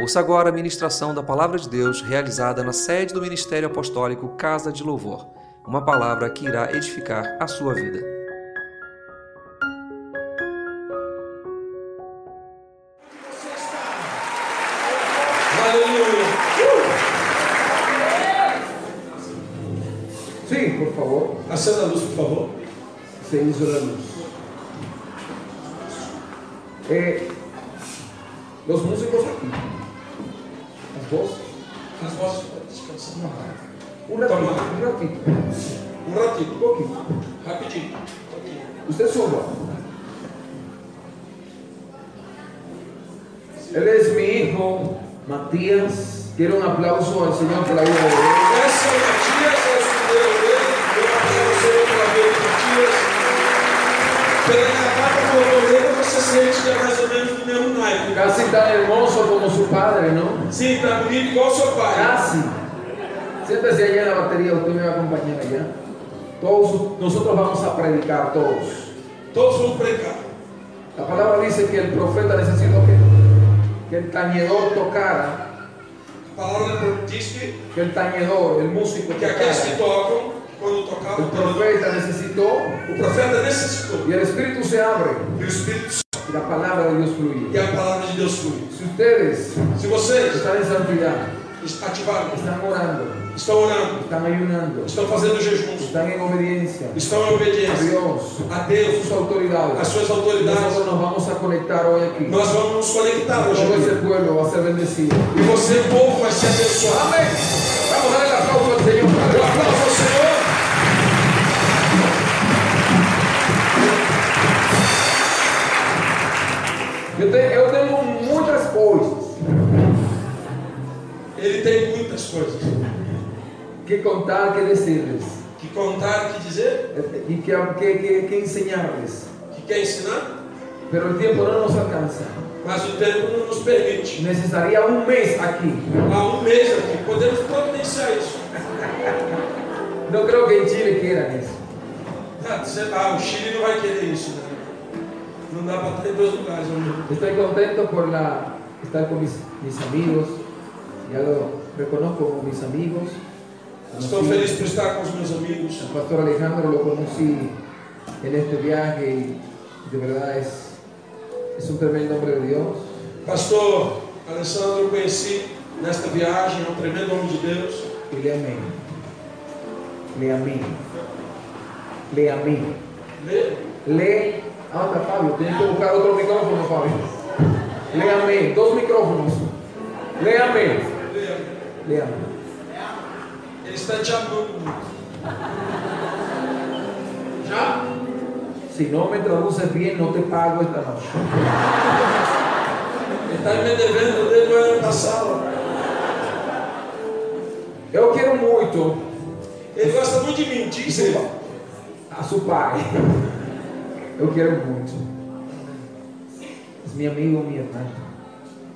Ouça agora a ministração da Palavra de Deus realizada na sede do Ministério Apostólico Casa de Louvor. Uma palavra que irá edificar a sua vida. Sim, por favor. Acenda a luz, por favor. Senhor da luz. Eh, los músicos aquí. Las voces. As vozes podem descansar. Un ratito, un ratito, Um un ratito, poquito. rapidinho. Pouquinho. Usted suba. Él es mi hijo, Matías. Quiero un aplauso al Señor por la vida de él. Esse é o Matias, é o escudeiro dele. Eu agradeço pela vida do Matias. é Pela etapa do Cordeiro, você sente que é mais ou menos do mesmo naipe. Casi tan hermoso como su padre, ¿no? Sim, tá bonito igual seu pai. Casi. Siéntese allá en la batería, usted me va a acompañar allá. Todos, nosotros vamos a predicar todos. Todos vão pregar. La palabra dice que el profeta necesitó que, que el tañedor tocara, A palavra diz que, que el tañedor, el músico que aqueles que tocara. tocam, quando El tocavam, quando- profeta necesitó o profeta necessitou. y el Espíritu se abre E o Espírito Santo y la palabra de Dios e fluye. a palavra de Deus flui. Si ustedes Se vocês están en santidad, ativaram, están orando, estão orando, están ayunando, estão fazendo jejuns, están en obediencia estão em a obediência Dios, a a Deus, sus às autoridades, suas autoridades. nosotros nos vamos a conectar hoy aquí. Nós vamos nos conectar hoje Todo ese aqui. pueblo va a ser bendecido. E você, povo, vai ser abençoado. Amén. Vamos a darle el aplauso al Señor. Um aplauso ao Senhor. Yo, te- yo tengo muchas cosas. Ele tem muitas coisas que contar, que decirles que contar, que dizer, eh, y que, que, que- que enseñarles. que quer ensinar, Pero el tiempo no nos alcanza. mas o tempo não nos permite. Necesitaría un mes aquí. Há um mês aqui, podemos providenciar isso. No creo que en Chile quieran eso. Ah, sei lá, o Chile não vai querer isso, né? Não dá para ter dois lugares ao mesmo tempo. Estoy contento por la, estar con mis, mis amigos. Ya lo reconozco como mis amigos. Estou Conocí- feliz por estar com os meus amigos. Al pastor Alejandro lo conocí en este viaje y de verdad es, es un tremendo hombre de Dios. Pastor Alessandro, eu conheci nesta viagem, é um tremendo homem de Deus. Y le amé. Le amé. Le amé. Lê. Le. Anda, Fabio, tienes que buscar otro micrófono, Fabio. Léame, dos micrófonos. Léame. Ele Léame. está te amando muito. Já? Si no me traduces bien, no te pago esta noche. Ele está me devendo desde o ano passado. Yo quiero mucho Ele gosta muito de mim, diz ele. a su padre. Yo quiero mucho. Es mi amigo, mi hermano.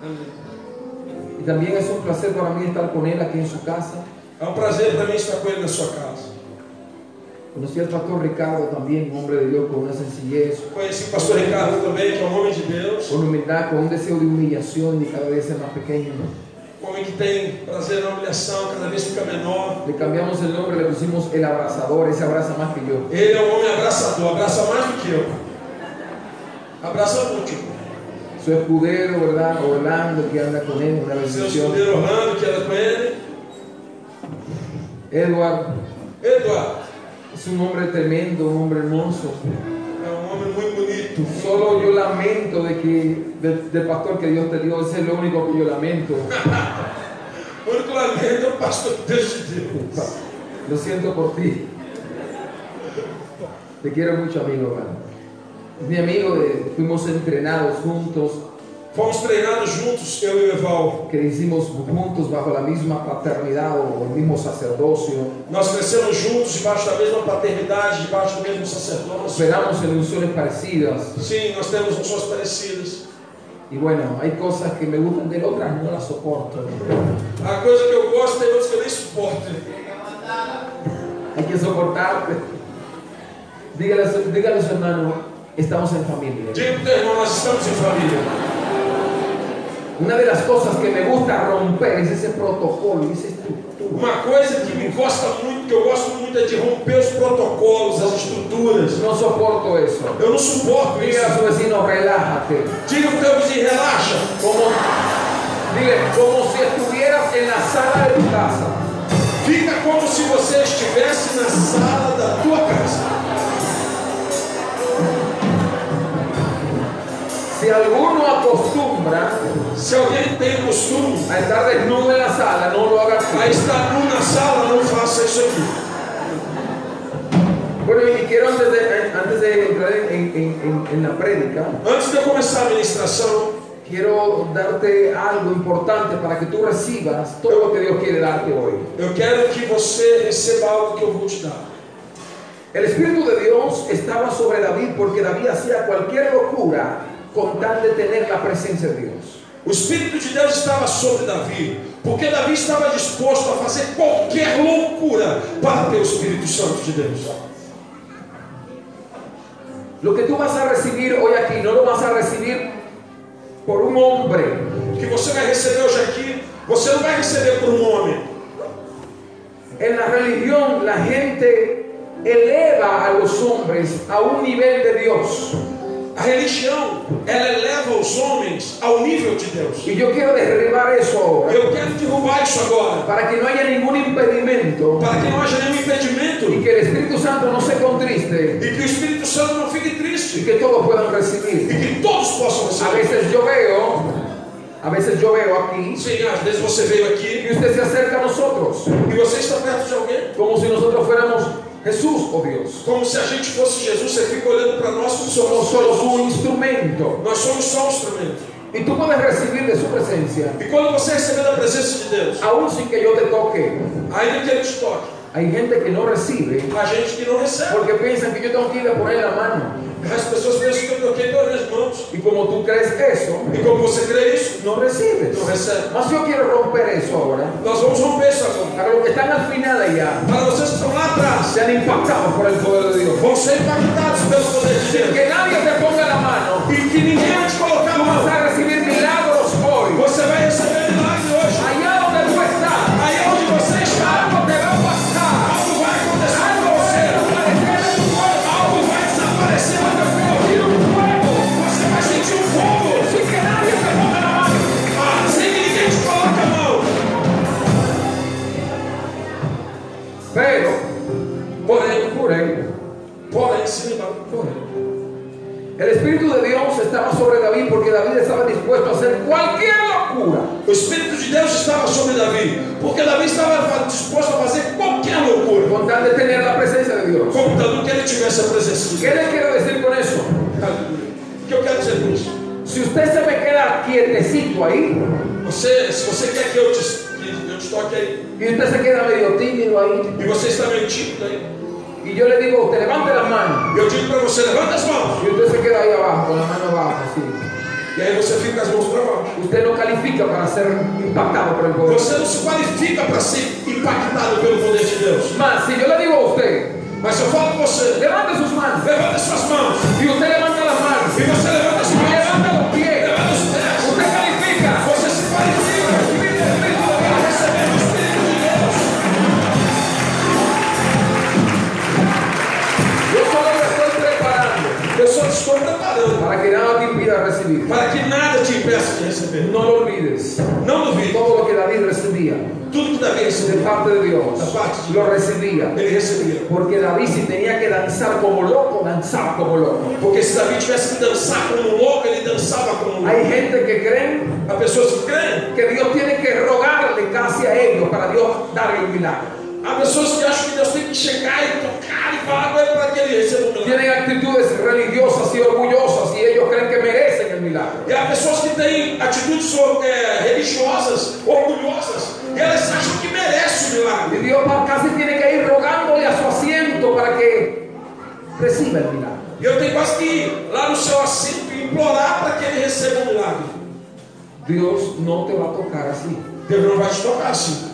Amém. Y también es un placer para mí estar con él aquí en su casa. É um prazer para mim estar com ele na sua casa. Conocí al pastor Ricardo también, un hombre de Dios con una sencillez, Conheci o pastor Ricardo também, que é um homem de Deus. con humildad, con un deseo de humiliación y cada vez ser más pequeño. Um homem que tem prazer na humilhação, cada vez fica menor. Le cambiamos el nombre, le pusimos el abrazador, ese abraza más que yo. Ele é um homem abraçador, abraça mais do que eu. Abraça muito. Su escudero, ¿verdad? Orlando, que anda con él, una Seu bendición. escudeiro Orlando, que era com ele. Edward Eduardo, es un hombre tremendo, un hombre hermoso. é um homem muito bonito. Solo yo lamento de que, de- del pastor que Dios te dio, ese es lo único que yo lamento. O único lamento é o pastor que Deus te deu. Lo siento por ti. Te quiero mucho, amigo. hermano. Es mi amigo, de- fuimos entrenados juntos, Fomos treinados juntos, eu e o Eval. crecimos juntos bajo la misma paternidad o el mismo sacerdocio. Nós crescemos juntos, debaixo da mesma paternidade, debaixo do mesmo sacerdócio. Esperamos en ilusiones parecidas. Sim, nós temos noções parecidas. Y bueno, hay cosas que me gustan de él, otras no las soporto. A coisa que eu gosto tem outras que eu nem suporto. Hay que soportarte. Dígale, a su- dígale a su hermano, estamos en familia. Digo pro teu irmão, nós estamos em família. Una de las cosas que me gusta romper es ese protocolo y esa estructura. Uma coisa que me gosta muito, que eu gosto muito, é de romper os protocolos, as estruturas. No soporto eso. Eu não suporto Dile a isso. su vecino, relájate. Diga pro teu vizinho, relaxa. Como, dile, como si estuvieras en la sala de tu casa. Fica como se você estivesse na sala da tua casa. Si alguno acostumbra Se alguém tem costume a estar desnudo en la sala, no lo hagas. a estar nu na sala, não faça isso aqui. Bueno, y quiero antes de, antes de entrar en, en- en- en la prédica, Antes de eu começar a ministração, quiero darte algo importante para que tú recibas todo lo que Dios quiere darte hoy. eu quero que você receba algo que eu vou te dar. El Espíritu de Dios estaba sobre David porque David hacía cualquier locura con tal de tener la presencia de Dios. O Espírito de Deus estava sobre Davi, porque Davi estava disposto a fazer qualquer loucura para ter o Espírito Santo de Deus. Lo que tú vas a recibir hoy aquí no lo vas a recibir por un hombre, O que você vai receber hoje aqui, você não vai receber por um homem. En la religión la gente eleva a los hombres a un nivel de Dios. A religião, ela eleva os homens ao nível de Deus. Y yo quiero derribar eso ahora, Eu quero derrubar isso agora, para que no haya ningún impedimento para que não haja nenhum impedimento y e que el Espíritu Santo no se contriste que o Espírito Santo não fique y triste que todos puedan e recibir. que todos possam A receber. veces yo veo, a veces yo veo aquí, Sim, às vezes você veio y aqui usted se acerca a nosotros, e você está perto de alguém, como si nosotros fuéramos Jesús o Dios. como se a gente fosse Jesus, você fica olhando para nós como se Somos um. nós solo somos su instrumento. Nós somos só um instrumento. Y tú puedes recibir de su presencia, E quando você receber a presença de Deus, aún sin que yo te toque. ainda que ele te toque, Hay gente que no recibe a gente que não recebe. Porque piensan que yo tengo que ir a poner la mano. As pessoas pensam que eu toquei todas as mãos. Y como tú crees eso, E como você crê isso, no recibes. não recebe. Mas yo quiero romper eso ahora. Nós vamos romper isso agora. Para los que están al final allá, Para vocês que estão lá atrás, se han impactado por el poder de Dios. vão ser impactados pelo poder de Deus. Que nadie te ponga la mano. e que ninguém vai te colocar Tú vas mal. a recibir milagros hoy. Você vai receber milagre hoje. Allá donde tú estás, Aí onde você está, algo te va a pasar. algo vai acontecer com Algo você. va a aparecer en tu cuerpo. Algo vai desaparecer no teu corpo. Tiene un fuego. Você vai sentir um fogo. Sin que nadie te ponga la mano. Ah, sem que ninguém te coloque a mão. Pero, porém, porém, Porém, se lembra. El Espíritu de Dios estaba sobre David porque David estaba dispuesto a hacer cualquier locura O Espírito de Deus estava sobre Davi, porque Davi estava disposto a fazer qualquer loucura, con tal de tener la presencia de Dios. contanto que ele tivesse a presença de ¿Qué Deus. les quiero decir con eso? Aleluia. O que eu quero dizer com isso? Si usted se me queda quietecito ahí Você, se você quer que eu te, que eu te toque aí, y usted se queda medio tímido ahí e você está meio tímido aí, y yo le digo, a usted levante las manos Eu digo para você, levanta as mãos. y usted se queda ahí abajo, con la mano abajo, así. E aí você fica com as mãos para baixo. Usted no califica para ser impactado por el poder. Você não se qualifica para ser impactado pelo poder de Deus. Más, si yo le digo a usted, Mas eu falo com você, levante sus manos levanta as suas mãos. y usted levanta las manos E você levanta as y mãos. levanta los pies, Levanta os pés. usted califica. Você se qualifica Vive el Espíritu de Dios. para receber o Espírito de Deus. Yo solo me estoy preparando Eu só estou preparando para que nada te impida recibir. para que nada te impeça de receber. No lo olvides. Não duvide. Todo lo que David recibía Tudo que Davi de recebeu, parte de Dios De parte de lo recibía. ele recebia. Porque David si tenía que danzar como loco, danzaba como loco. Porque se Davi tivesse que dançar como um louco, ele dançava como um louco. Hay gente que cree Há pessoas que creem. que Dios tiene que rogarle casi a ellos para Dios darle un milagro. Há pessoas que acham que Deus tem que chegar e tocar e falar com ele para que ele receba o milagre. Tienen actitudes religiosas y orgullosas y ellos creen que merecen el milagro. E há pessoas que têm atitudes é, religiosas, orgulhosas, e elas acham que merecem o Y milagre. Dios va- casi tiene que ir rogándole a su asiento para que reciba el milagro. E eu tenho quase que ir lá no seu assento e implorar para que ele receba o milagre. Dios no te va a tocar así. Deus não vai te tocar assim.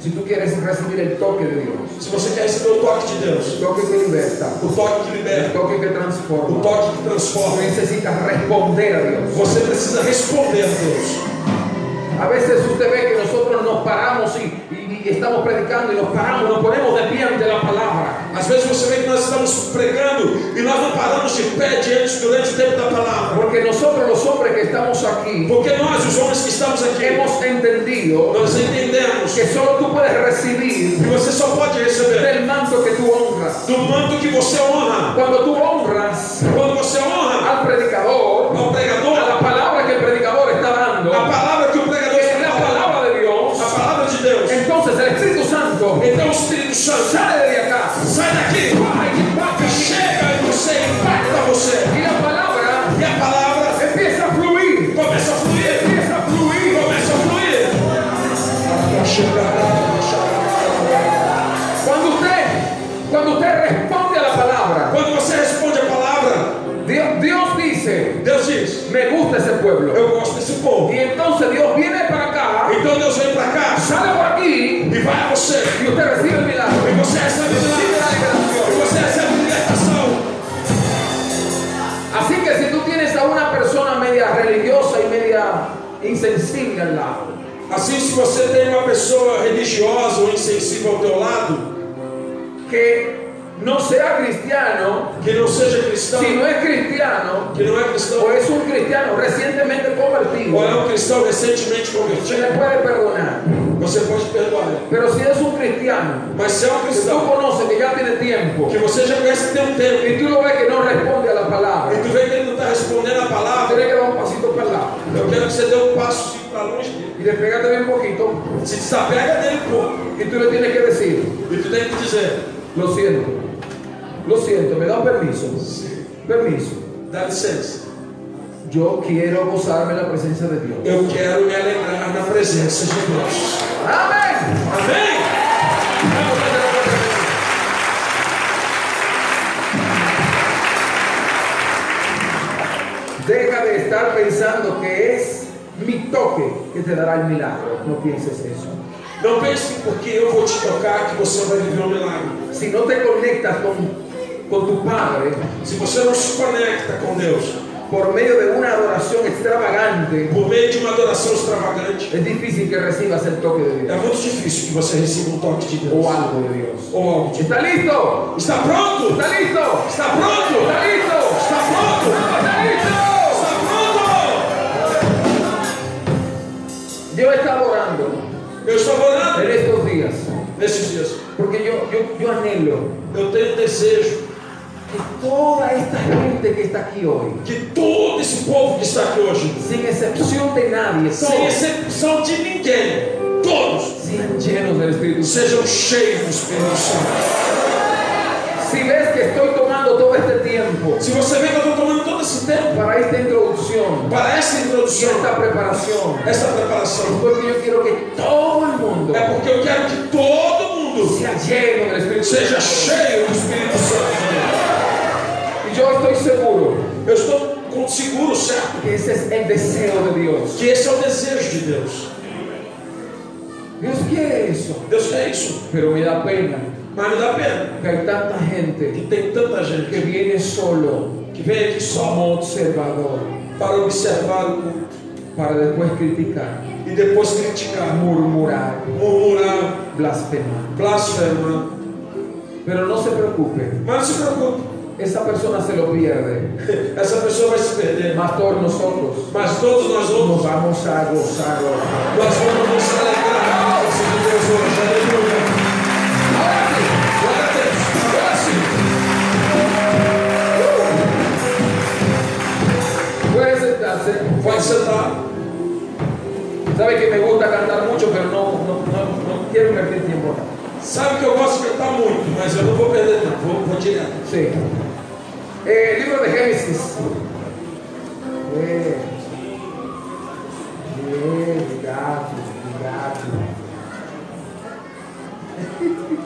Si tú quieres recibir el toque de Dios, Se você quer receber o toque de Deus, el toque que liberta, o toque que el liberta, toque que o transforma, toque que tú transforma, necesitas responder a Dios. você precisa responder a Deus. A veces usted ve que nosotros nos paramos y, y- y estamos predicando y nos paramos, nos ponemos de pie ante la palabra. Às vezes você vê que nós estamos pregando e nós não paramos de pé diante durante o tempo da palavra. Porque nosotros los hombres que estamos aquí Porque nós, os homens que estamos aqui, hemos entendido nós entendemos que solo tú puedes recibir que você só pode receber del manto que tú honras. do manto que você honra. Cuando tú honras Quando você honra al predicador, ao a pregador, la palabra que el predicador está dando, a palavra que o que pregador es está la falando, palabra de a Dios, palavra de Deus. entonces el Espíritu Santo Então o Espírito Santo sale de acá sai daqui, Vai, impacta chega em você, impacta você. y la palabra E a palavra empieza a fluir, começa a fluir, empieza a fluir. começa a fluir. Cuando usted, cuando usted responde a la palabra, Quando você responde a palavra, Dios, Dios dice, Deus diz: me gusta ese pueblo. Eu gosto desse povo. Y entonces Dios viene para acá, Então Deus vem pra cá sale por aquí e vai a você. y usted recibe el milagro. E você recebe milagre. E você recebe libertação. Así que si tú tienes a una persona media religiosa y media insensible al lado, Assim, se você tem uma pessoa religiosa ou insensível ao teu lado, que no sea cristiano, que não seja cristão, si no es cristiano, que não é cristão, o es un cristiano recientemente convertido, ou é um cristão recentemente se le convertido, puede perdonar. você pode perdoar. ele. Pero si es un cristiano, Mas se é um que tú cristão conoces que ya tiene tiempo, que você já conhece tem um tempo, y tú lo ves que no responde a la palabra, e tu vê que ele não está respondendo a palavra, tienes que dar un pasito para el lado eu quero que você dê um passo para longe dele. y despegarte bien poquito, Se desapega dele um pouco. y tú le tienes que decir, E tu tem que dizer, lo siento, lo siento, me da un permiso, permiso, dá licença. yo quiero gozarme la presencia de Dios. Eu quero me alegrar na presença de Deus. Amén. Amém? Deja de estar pensando que es mi toque que te dará el milagro. No pienses eso. Não pense que porque eu vou te tocar que você vai viver um milagre. Si no te conectas con, con tu Padre Se você não se conecta com Deus por medio de una adoración extravagante, por meio de uma adoração extravagante, es difícil que recibas el toque de é Dios muito difícil que você receba um toque de Deus. o algo de Deus. Ou algo de ¿Está listo? Está pronto? ¿Está listo? Está pronto? ¿Está listo? Está pronto? ¿Está listo? Está pronto? Yo he estado orando Eu estou orando en estos días nesses dias. porque yo, yo, yo anhelo Eu tenho desejo que toda esta gente que está aquí hoy, que todo esse povo que está aqui hoje, sin excepción de nadie, sem todos exceção de ninguém, todos sean llenos del Espíritu Santo. sejam cheios do Espírito Santo. Si ves que estoy tomando todo este tiempo Se você vê que eu estou tomando todo esse tempo para esta introducción, para essa y introdução, esta preparação, essa preparação, es porque yo quiero que todo el mundo é porque eu quero que todo mundo sea lleno del Espíritu seja Santo. cheio do Espírito Santo. Y yo estoy seguro Eu estou com- seguro, certo? que ese es el deseo de Dios. Que esse é o desejo de Deus. Dios quiere eso, Deus quer isso, pero me da pena mas não dá pena. que hay tanta gente Que tem tanta que gente viene solo que vem aqui só como observador para observar o culto para después criticar, e depois criticar, murmurar, murmurar, blasfemar. blasfemar. Pero no se preocupe, Mas não se preocupe, esa persona se lo pierde. essa pessoa vai se perder. Mas todos nosotros Mas todos nós vamos, nos vamos a gozar ahora. nós vamos nos alegrar na presença de Deus hoje. Aleluia. Ahora sí. Glória a Deus. Agora sim. Puede sentarse. Pode sentar. Sabe que me gusta cantar mucho, pero no, no, no, no quiero perder tiempo acá. Sabe que eu gosto de cantar muito, mas eu não vou perder tempo. Vou, vou direto. Sí. Eh, libro de Génesis. Eh, eh, gato, gato.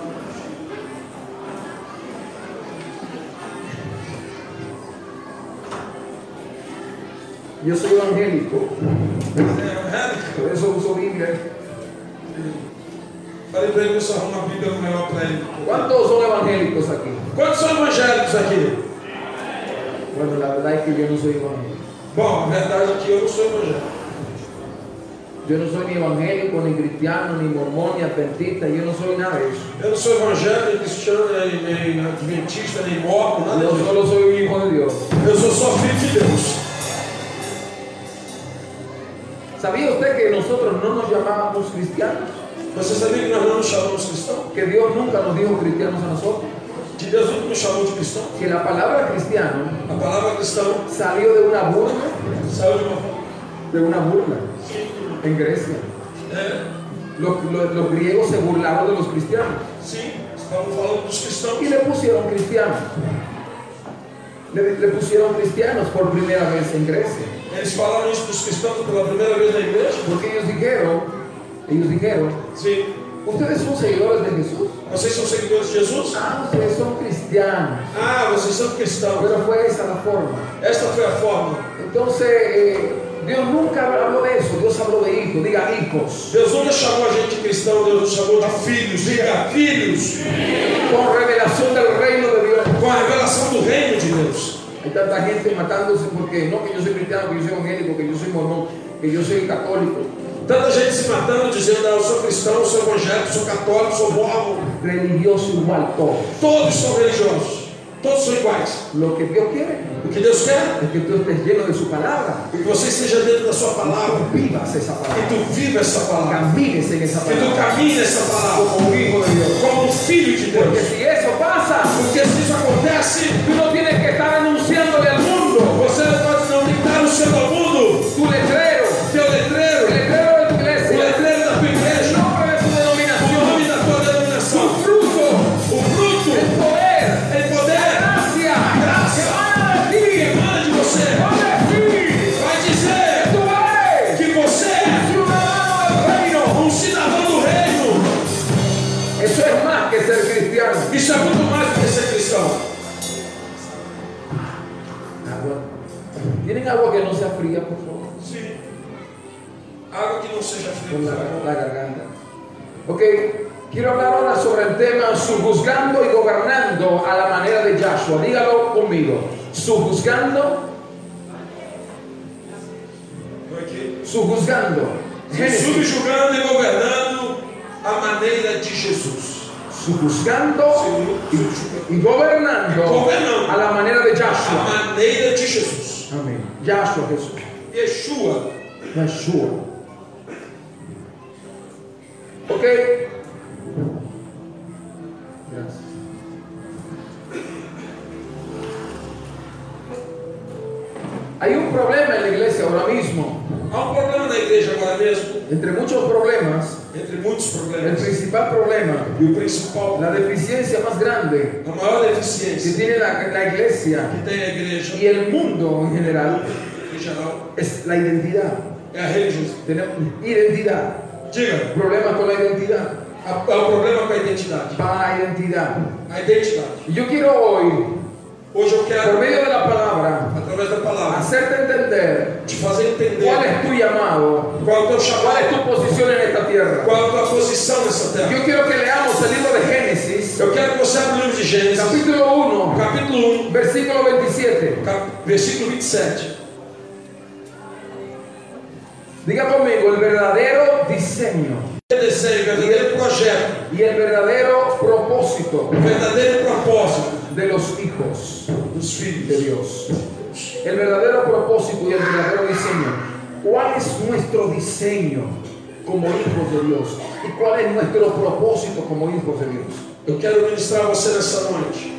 Yo soy evangélico, É, por eso uso Biblia. é. Falei pra ele que eu só arrumo a Bíblia melhor pra ele. ¿Cuántos son evangélicos aquí? Quantos são evangélicos aqui? Bueno, la verdad es que yo no soy evangélico. Bom, a verdade é que eu não sou evangélico. Yo no soy ni evangélico, ni cristiano, ni mormón, ni adventista, yo no soy nada de eso. Eu não sou evangélico, nem cristiano, nem, nem adventista, nem morto, nada Yo disso. solo soy un hijo de Dios. Eu sou só filho de Deus. ¿Sabía usted que nosotros no nos llamábamos cristianos? Você sabia que nós não nos chamamos cristão? Que Dios nunca nos dijo cristianos a nosotros. Que Deus nunca nos chamou de cristão? Que la palabra cristiano A palavra cristão salió de una burla, saiu de uma forma. de una burla en Grecia. É, Los, los- los griegos se burlaron de los cristianos sim, estavam falando dos cristãos. y le pusieron cristianos. Le, le pusieron cristianos por primera vez en Grecia. Eles falaram isso dos cristãos pela primeira vez na igreja? Porque ellos dijeron, ellos dijeron, Sim. ustedes son seguidores de Jesús. Vocês são seguidores de Jesus? Ah, ustedes son cristianos. Ah, vocês são cristãos. Pero fue esa la forma. Esta foi a forma. Entonces, eh, Dios nunca habló de eso. Dios habló de hijos. Diga hijos. Deus nunca chamou a gente de cristão, Deus nos chamou de filhos. Diga, filhos. Con revelación del reino de Dios. Com a revelação do reino de Deus. Hay tanta gente matándose porque no que yo soy cristiano, que yo soy evangélico, que yo soy mormón, que yo soy católico. Tanta gente se matando, dizendo, ah, eu sou cristão, eu sou evangélico, sou católico, sou mormon. Religioso igual todo. Todos são religiosos. Todos são iguais. Lo que Dios quiere O que Deus quer es que tú estés lleno de su palabra. é que você esteja dentro da sua palavra. Vivas esa Que palabra. tu viva essa palavra. Camines en esa Que tu palabra. caminhe nessa palavra. Como hijo de Deus. Como filho de Porque Deus. si eso pasa, Porque se isso acontece, tú no tienes que estar anunciándole al mundo você não pode não deitar o seu ao mundo. tu letrero, Teu letreiro, el letrero de tu o iglesia, letreiro da tua el igreja, nombre de tu o denominación, nome da tua tu denominação, fruto, o fruto, el poder, o poder, gracia, Gracia. gracia, que que van manda de você, a decir, vai van a decir, dizer tú eres. que você é ciudadano del reino. um cidadão do reino. Eso es más que ser cristiano. Isso é muito mais do que ser cristão. Agua. ¿Tienen agua que no sea fría, por favor? Sim. Água que não seja Con la, fria. con la garganta. Ok, quiero hablar ahora sobre el tema subjuzgando y gobernando a la manera de Yahshua. Dígalo conmigo. Subjuzgando, Vai aqui. subjuzgando. Génesis. Subjugando e governando a maneira de Jesus. Subjuzgando Subjugando. y gobernando Gobernando. a la manera de A Yahshua. maneira de Jesus. Amén. Yahshua Jesús. Yeshua. Yeshua. Ok. Gracias. Hay un problema en la iglesia ahora mismo. Há um problema na igreja agora mesmo, Entre muchos problemas, entre muitos el problemas. principal problema, E o principal, la deficiencia más grande a maior que deficiência tiene la, la iglesia que tem a igreja y el mundo en general em geral es la identidad. é a religiosidade. Tenemos identidad, Diga, problemas con la identidad, a- é o problema com a identidade. para la identidad. A identidade. Y Yo quiero hoy, Hoje eu por quero, medio de la palabra, através da palavra, hacerte entender te fazer entender cuál es tu llamado, qual é o teu cuál es chamado, tu posición en esta tierra. qual é a tua posição nessa terra. Yo quiero que leamos el libro de Génesis, Eu quero que você abra o livro de Gênesis, capítulo 1, capítulo 1, versículo 27. cap- versículo 27. Diga conmigo, el verdadero diseño O desenho, o verdadeiro projeto, y el verdadero propósito o verdadeiro propósito de los hijos dos de filhos. Dios. El verdadero propósito y el verdadero diseño. ¿Cuál es nuestro diseño como hijos de Dios? ¿Y cuál es nuestro propósito como hijos de Dios? Eu quero ministrar a você nessa noite.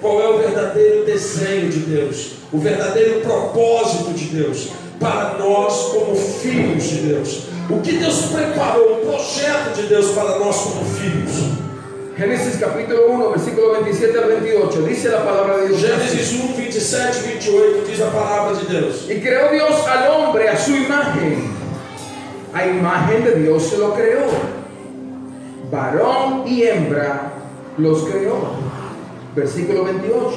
Qual é o verdadeiro desenho de Deus? O verdadeiro propósito de Deus para nós como filhos de Deus? O que Deus preparou, o projeto de Deus para nós como filhos? Génesis capítulo 1, versículo 27 al 28, dice la palabra de Dios. Gênesis 1, 27 e 28 diz a palavra de Deus. Y creó Dios al hombre a su imagen. A imagen de Dios se lo creó. Varón y hembra los creó. Versículo 28.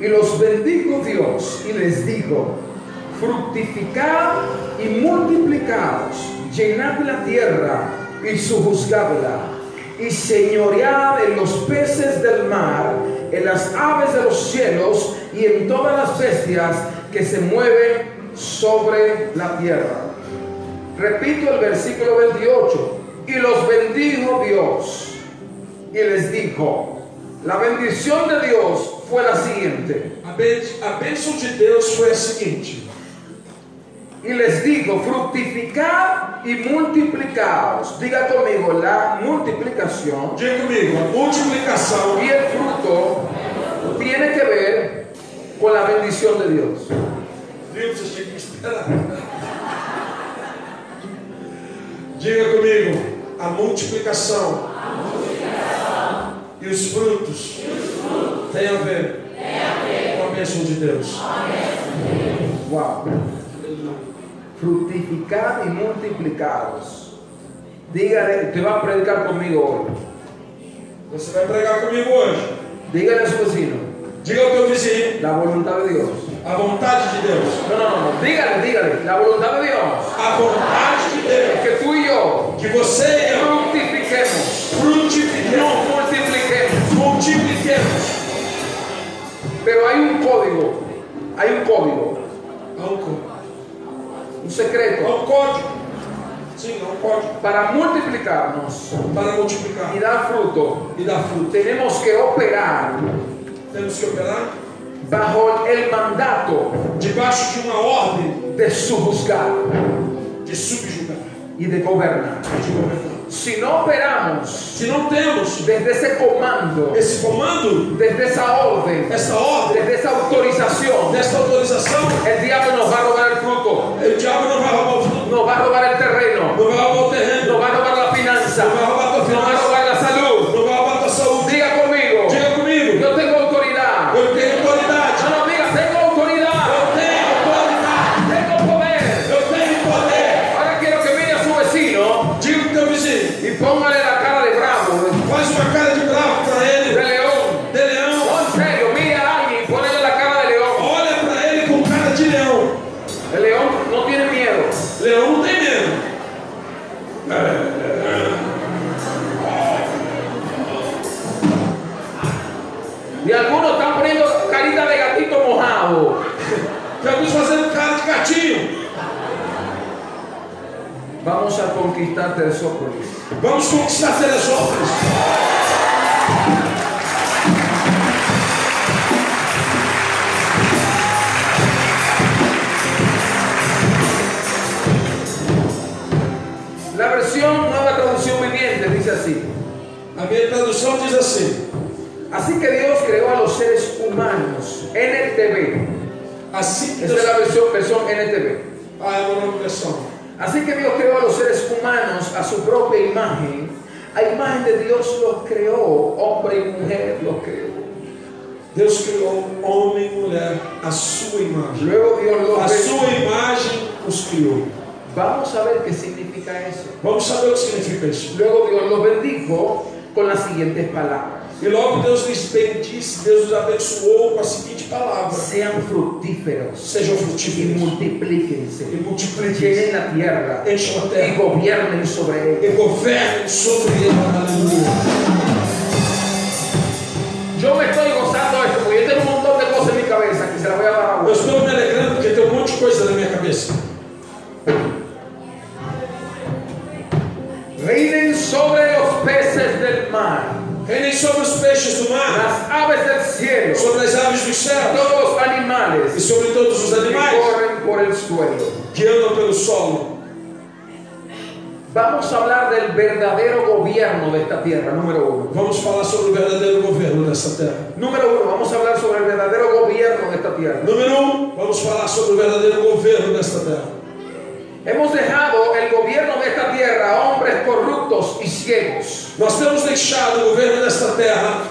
Y los bendijo Dios y les dijo, fructificad y multiplicaos, llenad la tierra y sujuzgadla y señoread en los peces del mar, en las aves de los cielos y en todas las bestias que se mueven sobre la tierra. Repito el versículo 28. Y los bendijo Dios. Y les dijo, la bendición de Dios fue la siguiente. A, ben- a bênção de Deus foi a seguinte: Y les digo, fructificad y multiplicaos. Diga conmigo la multiplicación. diga comigo, a multiplicação Y el fruto tiene que ver con la bendición de Dios. Viu? Vocês tinham que esperar. Diga comigo, a multiplicação, e os frutos, tem a ver, com a bênção de Deus. Wow. Fructificad y multiplicados. Dígale, usted va a predicar conmigo hoy. Você vai pregar comigo hoje. Dígale a su vecino Diga ao teu vizinho, la voluntad de Dios. a vontade de Deus. No, no, no, no. Dígale, dígale, la voluntad de Dios. A vontade de Deus. Que tú y yo Que você é um e eu fructifiquemos, frutifiquemos, multipliquemos. multipliquemos. Pero hay un código, hay un código, Há um código. un Há secreto um código. Sim, há um código. para multiplicarnos Para multiplicar. y dar fruto. e da fruta. Tenemos que operar Temos que operar bajo el mandato debaixo de uma ordem de subjuzgar. de subjugar, y de gobernar. de governar. Si no operamos Se não temos desde ese comando, esse comando, desde esa orden, essa ordem, desde esa autorización, dessa autorização, el diablo nos va a robar el fruto, o diabo não vai roubar o fruto, nos va a robar el terreno, não vai roubar o terreno, nos va a robar la finanza, não vai roubar a tua nos va a finança, robar la salud. não vai roubar a tua saúde. Diga conmigo, Diga comigo, yo tengo autoridad. eu tenho autoridade, No, no, diga, tengo autoridad, eu tenho autoridade, tengo poder. eu tenho poder. Ahora quiero que mire a su vecino Diga pro teu vizinho, y póngale la cara de bravo, faz uma cara de bravo pra de ele, león. de leão, No, en serio, mira a alguien y ponele la cara de león. olha pra ele com cara de leão. El león no tiene miedo. Leão não tem medo. Y algunos están poniendo carita de gatito mojado. Tem alguns fazendo um cara de gatinho. Vamos a conquistar Teresópolis. Vamos conquistar Teresópolis. La versión nueva traducción viviente dice así. A minha tradução diz assim: Así que Dios creó a los seres humanos. NTV. Assim que Esa Deus. es la versión, versión NTV. Ah, é uma nova versão. Así que Dios creó a los seres humanos a su propia imagen. A imagen de Dios los creó. Hombre y mujer los creó. Deus criou homem e mulher, a sua imagem. Luego Dios los A bendijo. sua imagem os criou. Vamos a ver qué significa eso. Vamos saber o que significa isso. Luego Dios los bendijo con las siguientes palabras. E logo Deus lhes bendisse, Deus os abençoou com a seguinte palavra: Sean fructíferos Sejam y frutíferos multiplíquense. e multipliquem Llenen la tierra Enchem a y terra gobiernen sobre ella. e governem sobre ela. Aleluia. Yo me estoy gozando de esto porque yo tengo un montón de cosas en mi cabeza que se las voy a dar a Eu vos. estou me alegrando porque tem um monte de coisa na minha cabeça. Reinen sobre los peces del mar, Reinem sobre os peixes do mar, las aves del cielo, sobre as aves do céu todos los e animales sobre todos os que animais corren por el suelo. que andam pelo solo. Vamos a hablar del verdadero gobierno de esta tierra, número uno. Vamos falar sobre o verdadeiro governo dessa terra. Número uno, vamos a hablar sobre el verdadero gobierno de esta tierra. Número um, vamos falar sobre o verdadeiro governo desta terra. Hemos dejado el gobierno de esta tierra a hombres corruptos y ciegos. Nós temos deixado o governo desta terra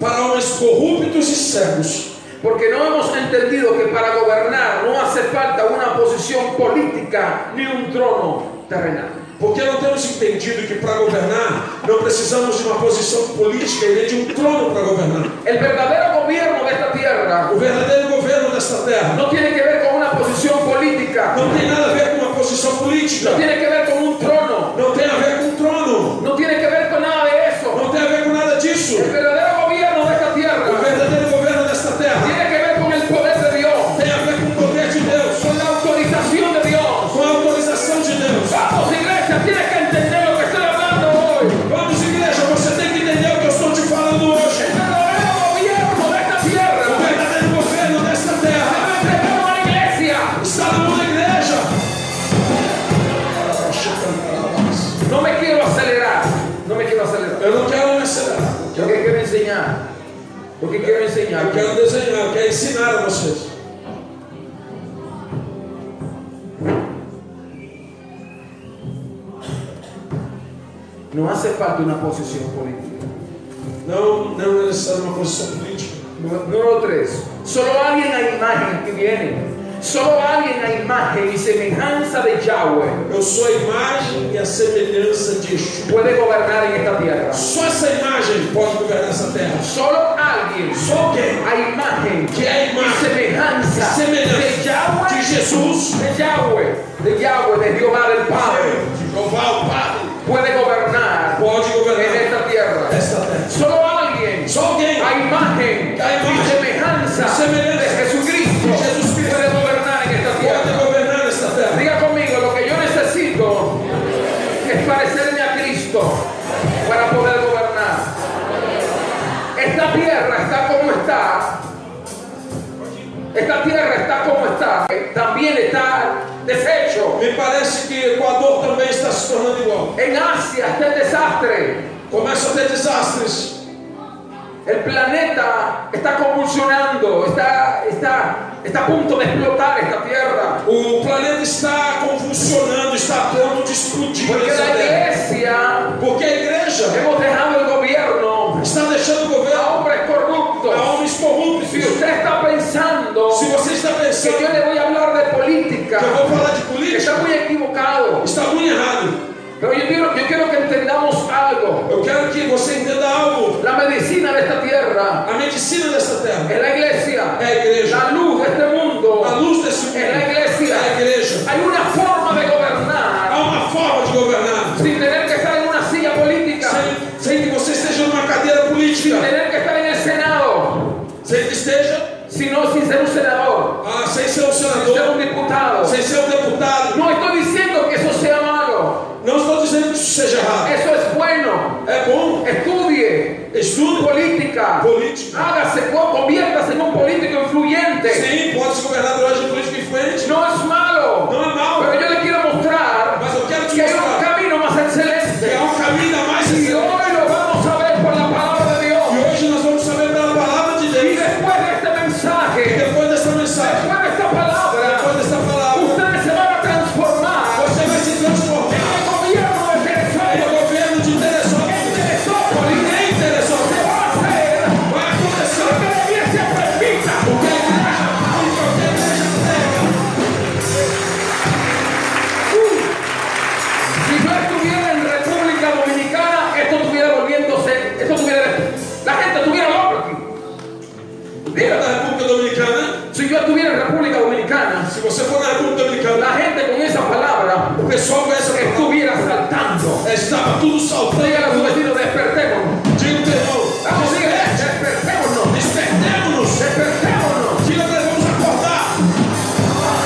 para homens corruptos e cegos, Porque no hemos entendido que para gobernar no hace falta una posición política ni un trono terrenal. porque não temos entendido que para governar não precisamos de uma posição política e nem de um trono para governar. El verdadero gobierno de esta tierra O verdadeiro governo desta terra no tiene que ver con una posición política, Não tem nada a ver com uma posição política. no tiene que ver con un trono, Não tem a ver com trono. no tiene que ver con nada de eso. Não tem a ver com nada disso. El verdadero gobierno de esta O tierra verdadeiro governo desta terra tiene que ver con el poder de Dios, tem a ver com o poder de Deus, con la autorização de Dios. com a autorização de Deus. Vamos O que quiero Eu enseñar. quero desenhar, eu quero ensinar a vocês. No hace falta una posición política. Não, não é necessário uma posição política. Nú- Número tres. Solo alguien a imagen que viene. Solo alguien a imagen y semejanza de Yahweh Eu sou a imagem e a semelhança de Yeshua. puede gobernar en esta tierra. Só essa imagem pode governar essa terra. Solo alguien Só quem? a imagen Que é a y imagem e semejanza de semelhança Yahweh. de Jesus. de Yahweh, de Yahweh, de Jehová del Padre, De Jeová, o Padre, puede gobernar pode en governar esta tierra. esta terra. Solo alguien Só alguém a imagen y semejanza de Jesucristo puede gobernar en esta pode tierra. governar esta terra. Diga conmigo, lo que yo necesito es parecerme a Cristo para poder gobernar. Esta tierra está como está. Esta tierra está como está. También está deshecho. Me parece que Equador também está se tornando igual. En Asia está el desastre. Começa a ter desastres. El planeta está convulsionando. Está, está, está a punto de explotar esta tierra. O planeta está convulsionando, está a ponto de explodir Porque essa la terra. iglesia Porque a igreja hemos dejado el gobierno está deixando o a governo hombres a corruptos. homens corruptos. Si usted está pensando Se você está que pensando yo le voy a hablar de política, que eu vou falar de está política, muy equivocado. está muito errado. Pero yo quiero, yo quiero que entendamos algo. Eu quero que você entenda algo. La medicina de esta tierra A medicina dessa terra es la iglesia. é a igreja. La luz de este A mundo luz desse mundo es la é a iglesia. igreja. Hay una forma de Há gobernar uma forma de governar. sin tener que estar en una silla política, Sem, sem que você esteja numa cadeira política. sin tener que estar en el Senado, Sem que esteja sino sin ser un senador, ah, sem ser um sin ser un senador, diputado. sem ser um deputado. No estoy diciendo que eso sea malo, Não estou dizendo que isso seja errado. eso es bueno. É bom, Estudie, estudo política. política. Hágase, co- conviértase en un político influyente. Sim, pode se governar através de política influente. No es malo. Não é mal, Pero yo le quiero mostrar mas eu quero te que hay un mostrar camino más que excelente. há um caminho ainda mais Y sincero. hoy lo vamos a ver por la palabra de Dios. E hoje nós vamos saber pela palavra de Y Deus. después de este E mensaje, depois dessa mensagem, después de esta palabra, depois dessa palavra, ustedes se van a transformar você vai se en transformar el gobierno em de Venezuela. um governo de El Teresópolis. Teresópolis Ninguém em se Teresópolis. va a hacer Vai lo que acontecer. é um la iglesia permita. O que a igreja, o que a igreja pega. Si yo estuviera en República Dominicana, esto estuviera volviéndose, esto estuviera, la gente estuviera loca. Mira, Da República Dominicana, si yo estuviera en República Dominicana, se você for na República Dominicana, la gente con esa palabra o pessoal conhece É a estuviera saltando. Estava tudo saltando. Diga a su vecino, despertémonos. Diga pro irmão, "Ah, Vamos, diga, você despertémonos, despertemos-nos. despertémonos. Diga para vamos acordar.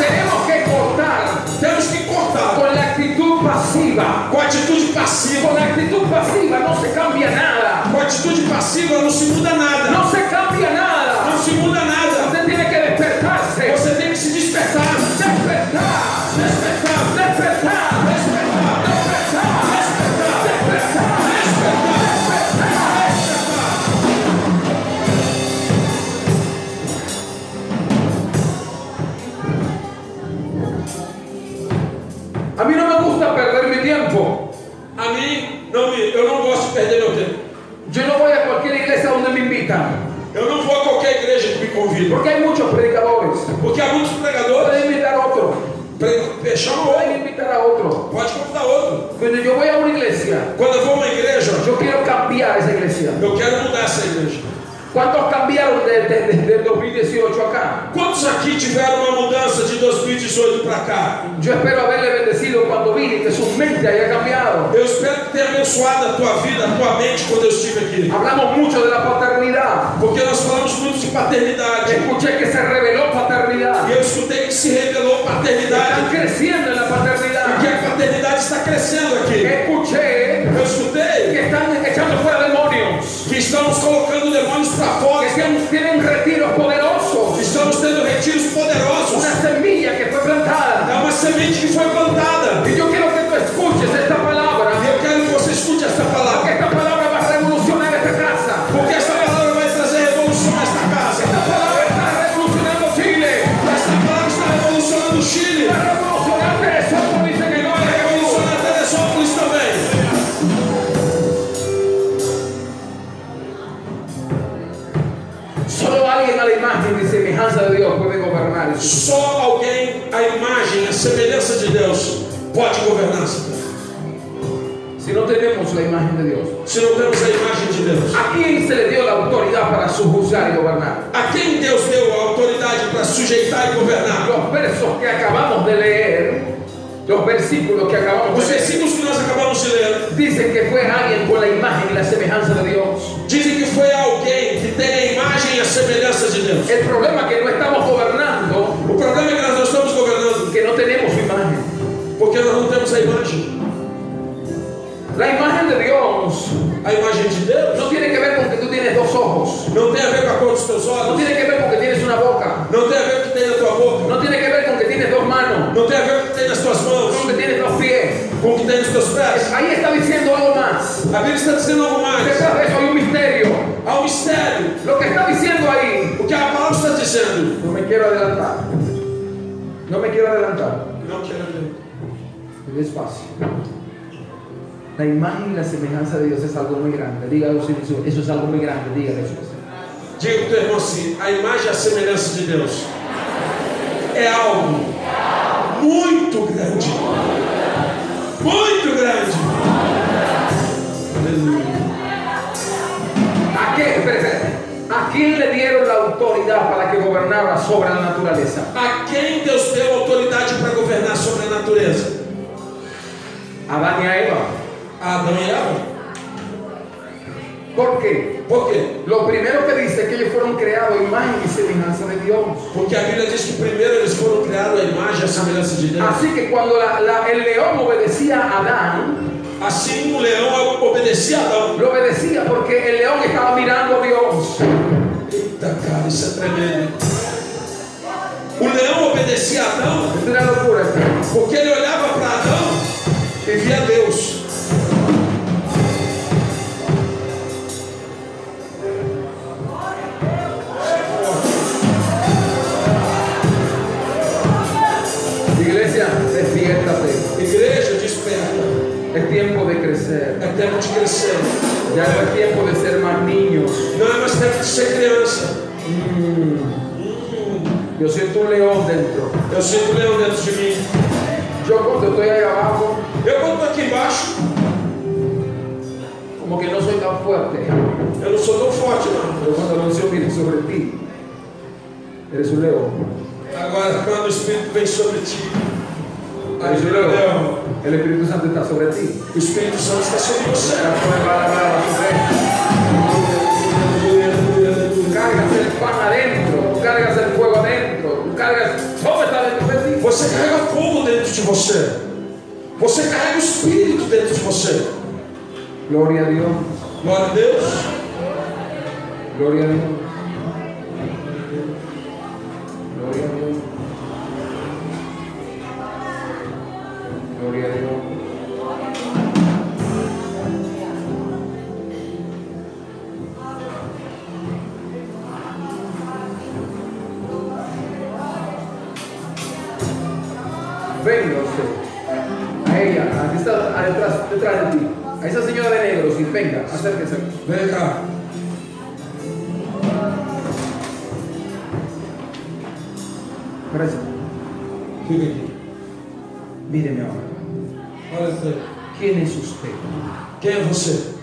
Tenemos que cortar Temos que cortar con la actitud pasiva. com a atitude passiva. Con la actitud pasiva no se cambia nada. Com a atitude passiva não se muda nada. No se cambia nada. Não se muda nada. Usted tiene que despertarse. Você tem que se despertar. Despertar, Despertar, despertar, despertar, despertar, despertar, despertar. despertar, despertar. A mí no me gusta perder mi tiempo. A mim, não me, eu não gosto de perder meu tempo. Yo no voy a cualquier iglesia donde me invitan, Eu não vou a qualquer igreja que me convida. porque hay muchos predicadores. Porque há muitos pregadores. Pueden invitar a otro, pre- Chama outro. pueden invitar a otro. Pode convidar outro. Cuando yo voy a una iglesia, Quando eu vou a uma igreja, yo quiero cambiar esa iglesia. eu quero mudar essa igreja. ¿Cuántos cambiaron desde 2018 acá? Quantos aqui tiveram uma mudança de 2018 para cá? Yo espero haberle bendecido cuando vine que su mente haya cambiado. Eu espero que tenha abençoado a tua vida, a tua mente quando eu estive aqui. Hablamos mucho de la paternidad. Porque nós falamos muito de paternidade. Escuché que se reveló paternidad. E eu escutei que se revelou Están paternidade. creciendo en la Porque paternidad. a paternidade está crescendo aqui. Escuché Eu escutei que están echando fuera demonios. que estamos colocando demônios para Que fora. sean- tienen retiros que poderosos. Estamos tendo retiros Una poderosos. semilla que fue É plantada. uma semente que foi plantada. Y yo quiero que tú escuches esta E palabra. eu quero que você escute esta palavra. Porque esta palabra va a revolucionar esta casa. Porque essa palavra vai trazer revolução pode governar essa terra. si no tenemos la imagen de Dios. Se não temos a imagem de Deus, ¿A quién se le dio la autoridad para subjuzgar y gobernar? a quem Deus deu a autoridade para sujeitar e governar? Los versos que acabamos de leer, los versículos que acabamos Os de leer, versículos que nós acabamos de ler dicen que fue alguien con la imagen y la semejanza de Dios. dizem que foi alguém que tem a imagem e a semelhança de Deus. El problema es que no estamos gobernando, O problema é que nós não estamos governando que no tenemos su imagen. porque nós não temos a imagem. La imagen de Dios A imagem de Deus no tiene que ver con que tú tienes dos ojos, não tem a ver com a cor dos teus no olhos, tiene que ver con que tienes una boca, não tem a ver com o que tem na tua boca, no tiene que ver con que tienes dos manos, não tem a ver com o que tem nas tuas mãos, con que tienes dos pies. com o que tem nos teus pés. Ahí está diciendo algo más. A Bíblia está dizendo algo mais. Detrás de eso hay un misterio. Há um mistério. Lo que está diciendo ahí, O que a palavra está dizendo? no me quiero adelantar, no me quiero adelantar, Não quero ver. despacio. La imagen y la semejanza de Dios es algo muy grande. Dígalo, si eso eso es algo muy grande, dígale eso. Diga para o teu irmão assim: a imagem e a semelhança de Deus é algo muito grande. Muito grande. Aleluia. ¿A qué, espera, espera. ¿A quién le dieron la autoridad para que gobernara sobre la naturaleza? A quem Deus deu autoridade para governar sobre a natureza? Adán y a Eva. A Adão e Eva. ¿Por qué? Por qué? Lo primero que dice es que ellos fueron creados a imagen y semejanza de Dios. Porque a Bíblia diz que primeiro eles foram criados à imagem e à semelhança de Deus. Así que cuando la- la- el león obedecía a Adán, Assim o leão obedecia a Adão. lo obedecía porque el león estaba mirando a Dios. Eita, cara, isso é tremendo. O leão obedecia a Adão Es una locura. esto. porque ele olhava para Adão e via Deus. Iglesia, despiértate. Igreja, desperta. Es tiempo de crecer. É tempo de crescer. Ya no es tiempo de ser más niños. Não é mais tempo de ser criança. Yo siento un león dentro. Eu sinto o leão dentro de mim. Yo cuando estoy ahí abajo, Eu quando estou aqui embaixo, como que no soy tan fuerte. eu não sou tão forte não. Pero cuando el anuncio viene sobre ti, eres un león. Agora quando o Espírito vem sobre ti, aí Eres un vira o leão. león. El Espíritu Santo está sobre ti. O Espírito Santo está sobre você. Ahora pone palabra sobre Tú cargas el pan adentro, tú cargas el fuego adentro, tú cargas. Todo está dentro de ti. Você carrega fogo dentro de você. Você carrega o Espírito dentro de você. Gloria a Dios, Glória a Deus. gloria a Dios. Gloria a Dios. Gloria a Dios. Venga usted. A ella, a que está a detrás, detrás de ti. A esa señora de negro, sí, venga, acérquese. Vem cá. Gracias. Fica aqui. Míreme ahora. Olha pra ele. ¿Quién es usted? Quem é você?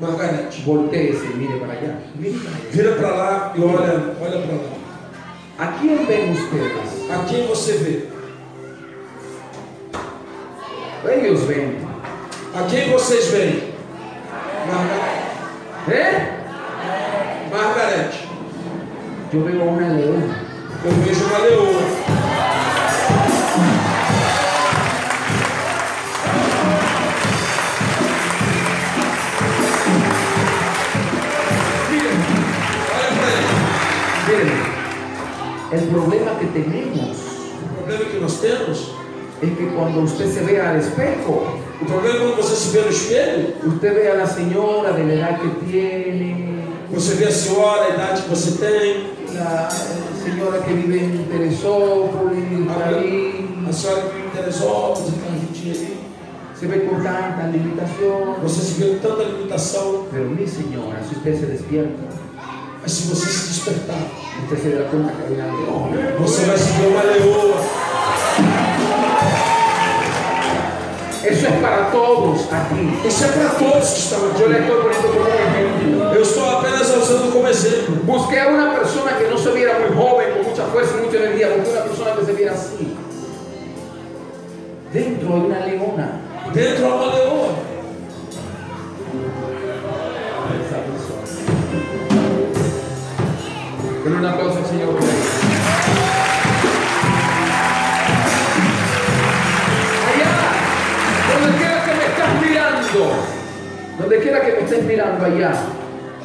Margarete. Voltéese y mire para allá. Mire para allá. Vira pra lá e olha, olha pra lá. ¿A quién ven ustedes? A quem você vê? Ellos ven. A quem vocês veem? Marga- ¿Eh? Margarete. Yo veo a una leona. Eu vejo uma leoa. Mire, Olha pra ele. mire. El problema que tenemos O problema que nós temos, es que cuando usted se ve al espejo, o problema é quando você se vê no espelho, Usted ve a la señora de la edad que tiene, você vê a senhora, a idade que você tem. la eh, señora que vive en Teresópolis, ahí, A senhora que me interessou, você está juntinha ali. se ve con tanta limitación. Você se viu com tanta limitação, Pero mi señora, si usted se despierta, mas se você se despertar, usted se da cuenta que hay una leona. você vai se ver uma leoa. Eso es para todos aquí. Isso é para todos que estão Yo le aqui. estoy poniendo como un ejemplo. Eu estou apenas usando como exemplo. Busqué a una persona que no se viera muy joven, con mucha fuerza y mucha energía. Busqué una persona que se viera así. Dentro de una leona. Dentro há uma leoa. Denle un aplauso al Señor. por ahí. Allá, donde quiera que me estás mirando, donde quiera que me estés mirando allá,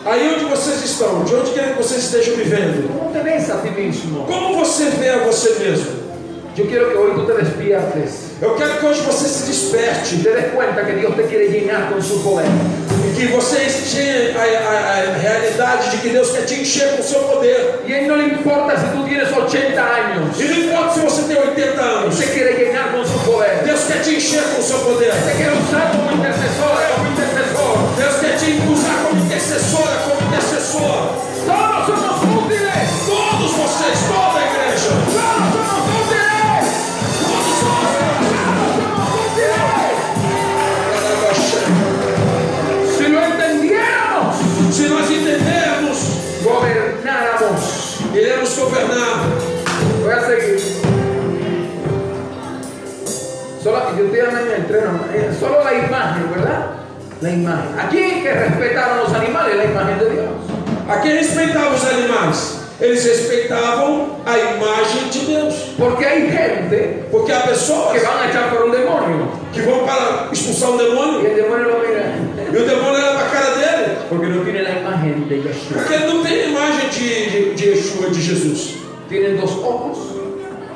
Aí onde vocês estão, de onde quer que vocês estejam me vendo, ¿cómo te ves a ti mismo? como você vê a você mesmo? Yo quiero que hoy tú te despiertes Eu quero que hoje você se desperte y te des cuenta que Dios te quiere llenar con su poder. e que vocês tenham a, a- a realidade de que Deus quer te encher com o seu poder. Y a Él no le importa si tú tienes 80 años, E não importa se você tem 80 anos, se quiere llenar con su poder. Deus quer te encher com o seu poder. Te quiere usar como intercesor, eh, como intercesor. Deus quer te usar como intercessora, como intercessor. Todos somos útiles, Todos vocês, toda a igreja, todos somos útiles. todos nós. Si lo entendiéramos, Se nós entendermos, gobernáramos. iremos governar. Voy a seguir. Solo, yo estoy dando mi entreno, eh, solo la imagen, ¿verdad? La imagen. Aquí hay que respetar a los animales, la imagen de Dios. Aqui respeitavam os animais, eles respeitavam a imagem de Deus. Porque hay gente Porque há que pessoas van a echar por um demonio. que vão para expulsar um Y demônio el demonio lo mira. e o demônio olha para a cara dele, Porque no tiene la imagen de Jesús. porque ele não tem a imagem de, de, de Yeshua, de Jesus. Tienen dos ojos.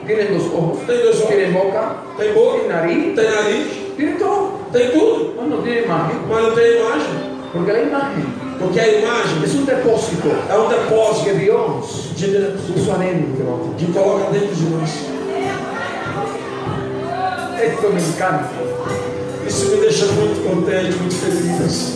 Tienen dos ojos. Tem dois olhos, Tienen boca. tem boca, Tienen nariz. tem nariz, Tienen todo. tem tudo, No, no tiene imagen. mas não tem imagem. Porque la imagen Porque a imagem es un depósito é um que depósito Dios de Deus puso adentro. que coloca dentro de nós. Esto me encanta. Isso me deixa muito contente, muito feliz.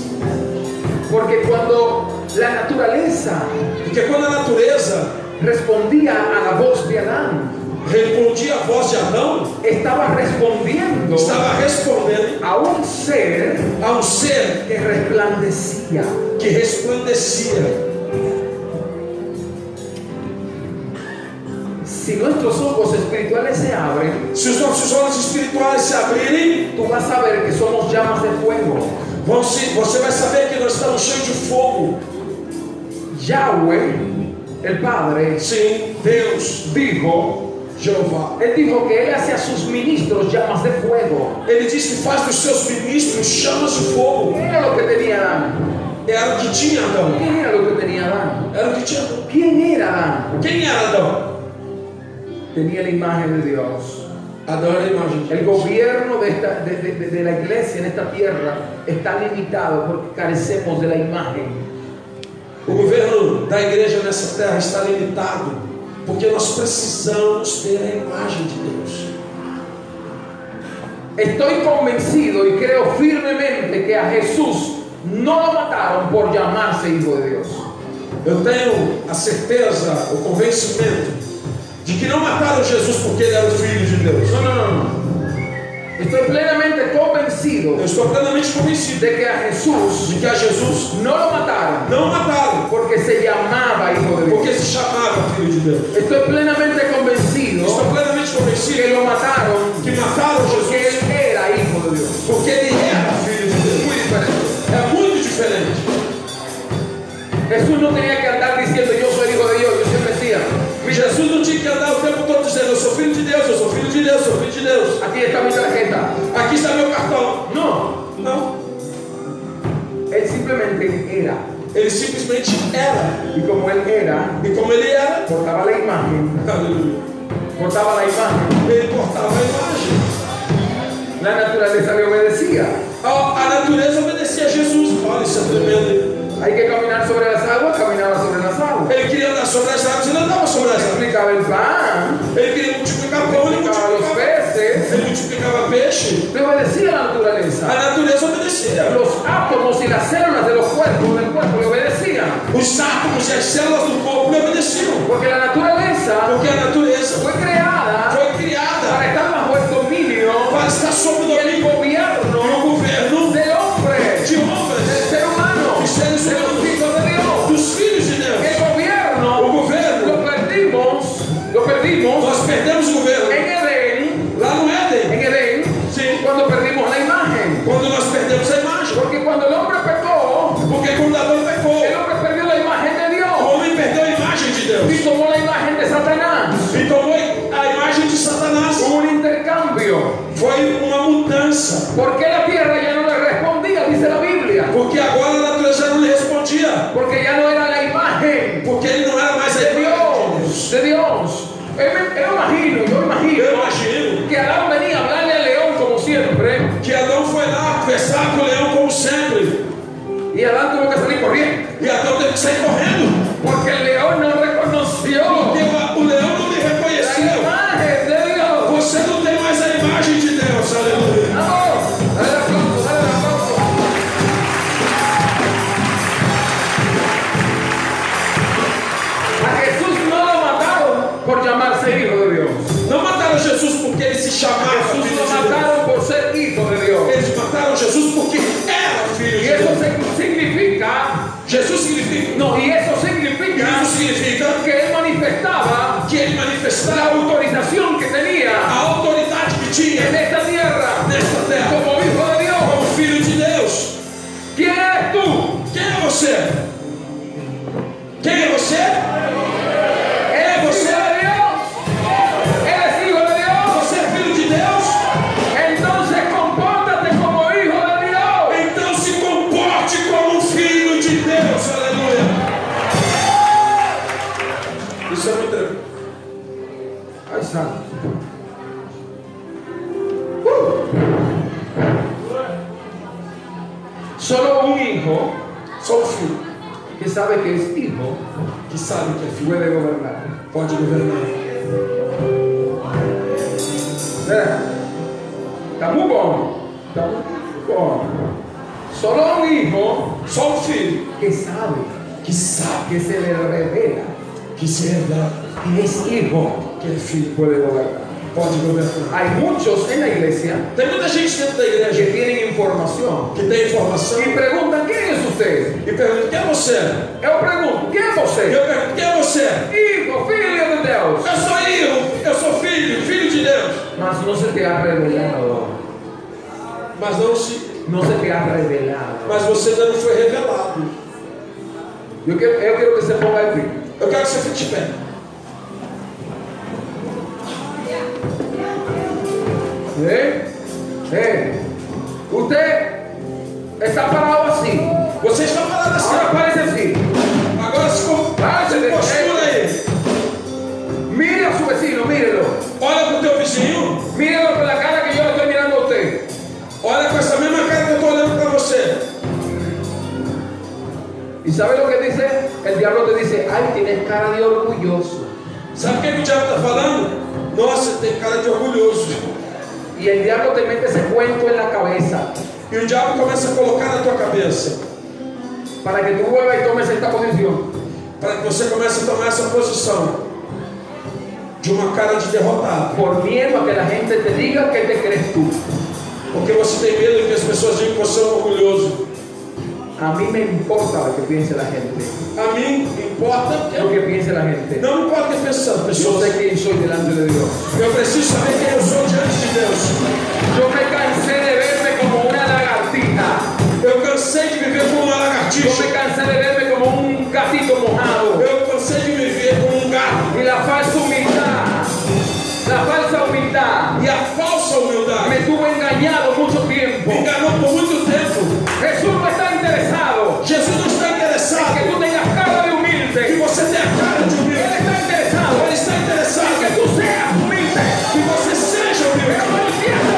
Porque cuando la naturaleza Porque quando a natureza respondía a la voz de Adán, respondia à voz de Adão, estaba respondiendo estava respondendo a un ser a um ser que resplandecía. que resplandecia. Si nuestros ojos espirituales se abren, Se os nossos olhos espirituais se abrirem, tú vas a ver que somos llamas de fuego. vão se- você vai saber que nós estamos cheios de fogo. Yahweh, el Padre, Sim, Deus, dijo, Jeová. él dijo que él hace a sus ministros llamas de fuego. Ele diz que faz dos seus ministros chamas de fogo. ¿Quién era lo que tenía Adán? Era o que tinha Adão. ¿Quién era lo que tenía Adán? Era o que tinha Adão. ¿Quién era Adán? Quem era Adão? Tenía la imagen de Dios. Adão era a imagem de El Deus. gobierno de, esta- de- de- de- de la iglesia en esta tierra está limitado porque carecemos de la imagen. O governo da igreja nessa terra está limitado, porque nós precisamos ter a imagem de Deus. Estoy convencido y creo firmemente que a Jesús no lo mataron por llamarse hijo de Dios. Eu tenho a certeza, o convencimento, de que não mataram Jesus porque ele era o filho de Deus. No, no, no, no. Estoy plenamente convencido Eu estou plenamente convencido de que a Jesús de que a Jesus no lo mataron não mataram, porque se llamaba hijo de Dios. porque se chamava filho de Deus. Estoy plenamente Eu convencido estou plenamente que convencido lo mataron que mataram porque Jesus él era hijo de Dios. porque ele era filho de Deus. Muy diferente. É muito diferente. Jesús no tenía que andar diciendo yo soy hijo de Dios, yo soy Mesías. Jesus não tinha que andar o tempo todo dizendo: Eu sou filho de Deus, eu sou filho de Deus, eu sou filho de Deus. Aquí está mi tarjeta. Aqui está meu cartão. No, Não. él simplemente era. Ele simplesmente era. Y como él era, E como ele era, portaba la imagen, aleluia, portava la imagen. ele portava a imagem. La naturaleza le obedecía. A, a natureza obedecia a Jesus. Olha, isso é tremendo. Hay que caminar sobre las aguas, caminaba sobre las aguas. Ele queria andar sobre as águas, ele andava sobre as águas. multiplicaba el pan, Ele queria multiplicar pão, ele multiplicaba los multiplicava peces, Ele multiplicava peixe, le obedecía a la a naturaleza. natureza obedecia. Los átomos y las células de los cuerpos del cuerpo le obedecían. Os átomos e as células do corpo lhe obedeciam. Porque la naturaleza Porque a natureza fue creada foi criada para estar bajo el dominio para estar sob o y el domínio gobierno Então, Pues, Eh, que Adão foi lá conversar com o leão como sempre. Y Adán tuvo que salir corriendo. E Adão teve que sair correndo. Porque el león no reconoció Porque o- o leão não me la reconheceu. imagen de Dios. Você não tem mais a imagem de Deus, aleluia. ¡Vamos! Dale el aplauso, dale el aplauso. A Jesús no lo mataron por llamarse hijo de Dios. Não mataram Jesus porque ele se chamava filho Jesús de lo Deus. mataron por ser hijo de Dios. Eles mataram Jesus porque era filho Y de eso Deus. se- significa, Jesus significa, não, no, y eso significa isso significa que él manifestaba que ele la manifestava autorización que tenía a autoridade que en tinha esta tierra nesta terra como hijo de Dios. como filho de Deus. ¿Quién eres tú? Quem é você? Quem é você? É ¿Eres hijo de Dios? ¿Eres hijo de Dios? Você é filho de Deus? Entonces compórtate como hijo de Dios. Então se comporte como um filho de Deus, aleluia. Isso é muito. Ay, santo. Uh. Solo un hijo Só um filho que sabe que es hijo que sabe que é filho puede gobernar. pode governar. É. Tá muito bom. Tá muito bom. Só um hijo Só um filho que sabe, que sabe que se le revela que se revela que es hijo, que é filho puede gobernar. pode governar. Hay muchos en la iglesia Tem muita gente dentro da que igreja tienen información que tem informação y preguntan, ¿quién es usted? e pergunta: quem é você? Yo pregunto, ¿quién es E usted? eu pergunto: quem é você? Hijo, filho de Dios. Eu sou eu, eu sou filho, filho de Deus. Mas no se te ha revelado, Mas não se, no se te ha revelado. mas você ainda não foi revelado. Yo quiero, yo quiero que se ponga aquí. Eu quero que você fique de pé. ¿Eh? ¿Eh? Usted está parado así. Você está parado assim. Ahora parece así. Agora se com- se postura aí. Mire a su vecino, mírelo. Olha pro teu vizinho. Mírelo con la cara que yo le estoy mirando a usted. Olha com essa mesma cara que eu tô olhando pra você. ¿Y sabe lo que dice? El diablo te dice, ay, tienes cara de orgulloso. Sabe o que, que o diabo tá falando? Nossa, tem cara de orgulhoso. Y el diablo te mete ese cuento en la cabeza E o diabo começa a colocar na tua cabeça. para que tú vuelvas y tomes esta posición. Para que você comece a tomar essa posição. De uma cara de derrotado. Por miedo a que la gente te diga que te crees tú. Porque você tem medo que as pessoas digam que você é um orgulhoso. A mí me importa lo que piense la gente. A mim importa, Lo que piense la gente. não importa quem pensando, Yo sé pessoas. quién soy delante de Dios. Eu preciso saber quem eu sou diante de Deus. Yo me cansé de verme como una lagartija. Eu cansei de viver como uma Yo lagartixa. me cansé de verme como un gatito mojado. Eu cansei de viver como um gato. Y la falsa humildad, la falsa humildad, E a falsa me humildade tuvo engañado mucho tiempo. me enganou por muito tempo. Jesús no está interesado Jesus não está en que interessado tú tengas cara de que humilde. você tenha a cara de Él humilde. está interesado Ele está en que interessado tú seas humilde. que você seja humilde. Pero no entiendo.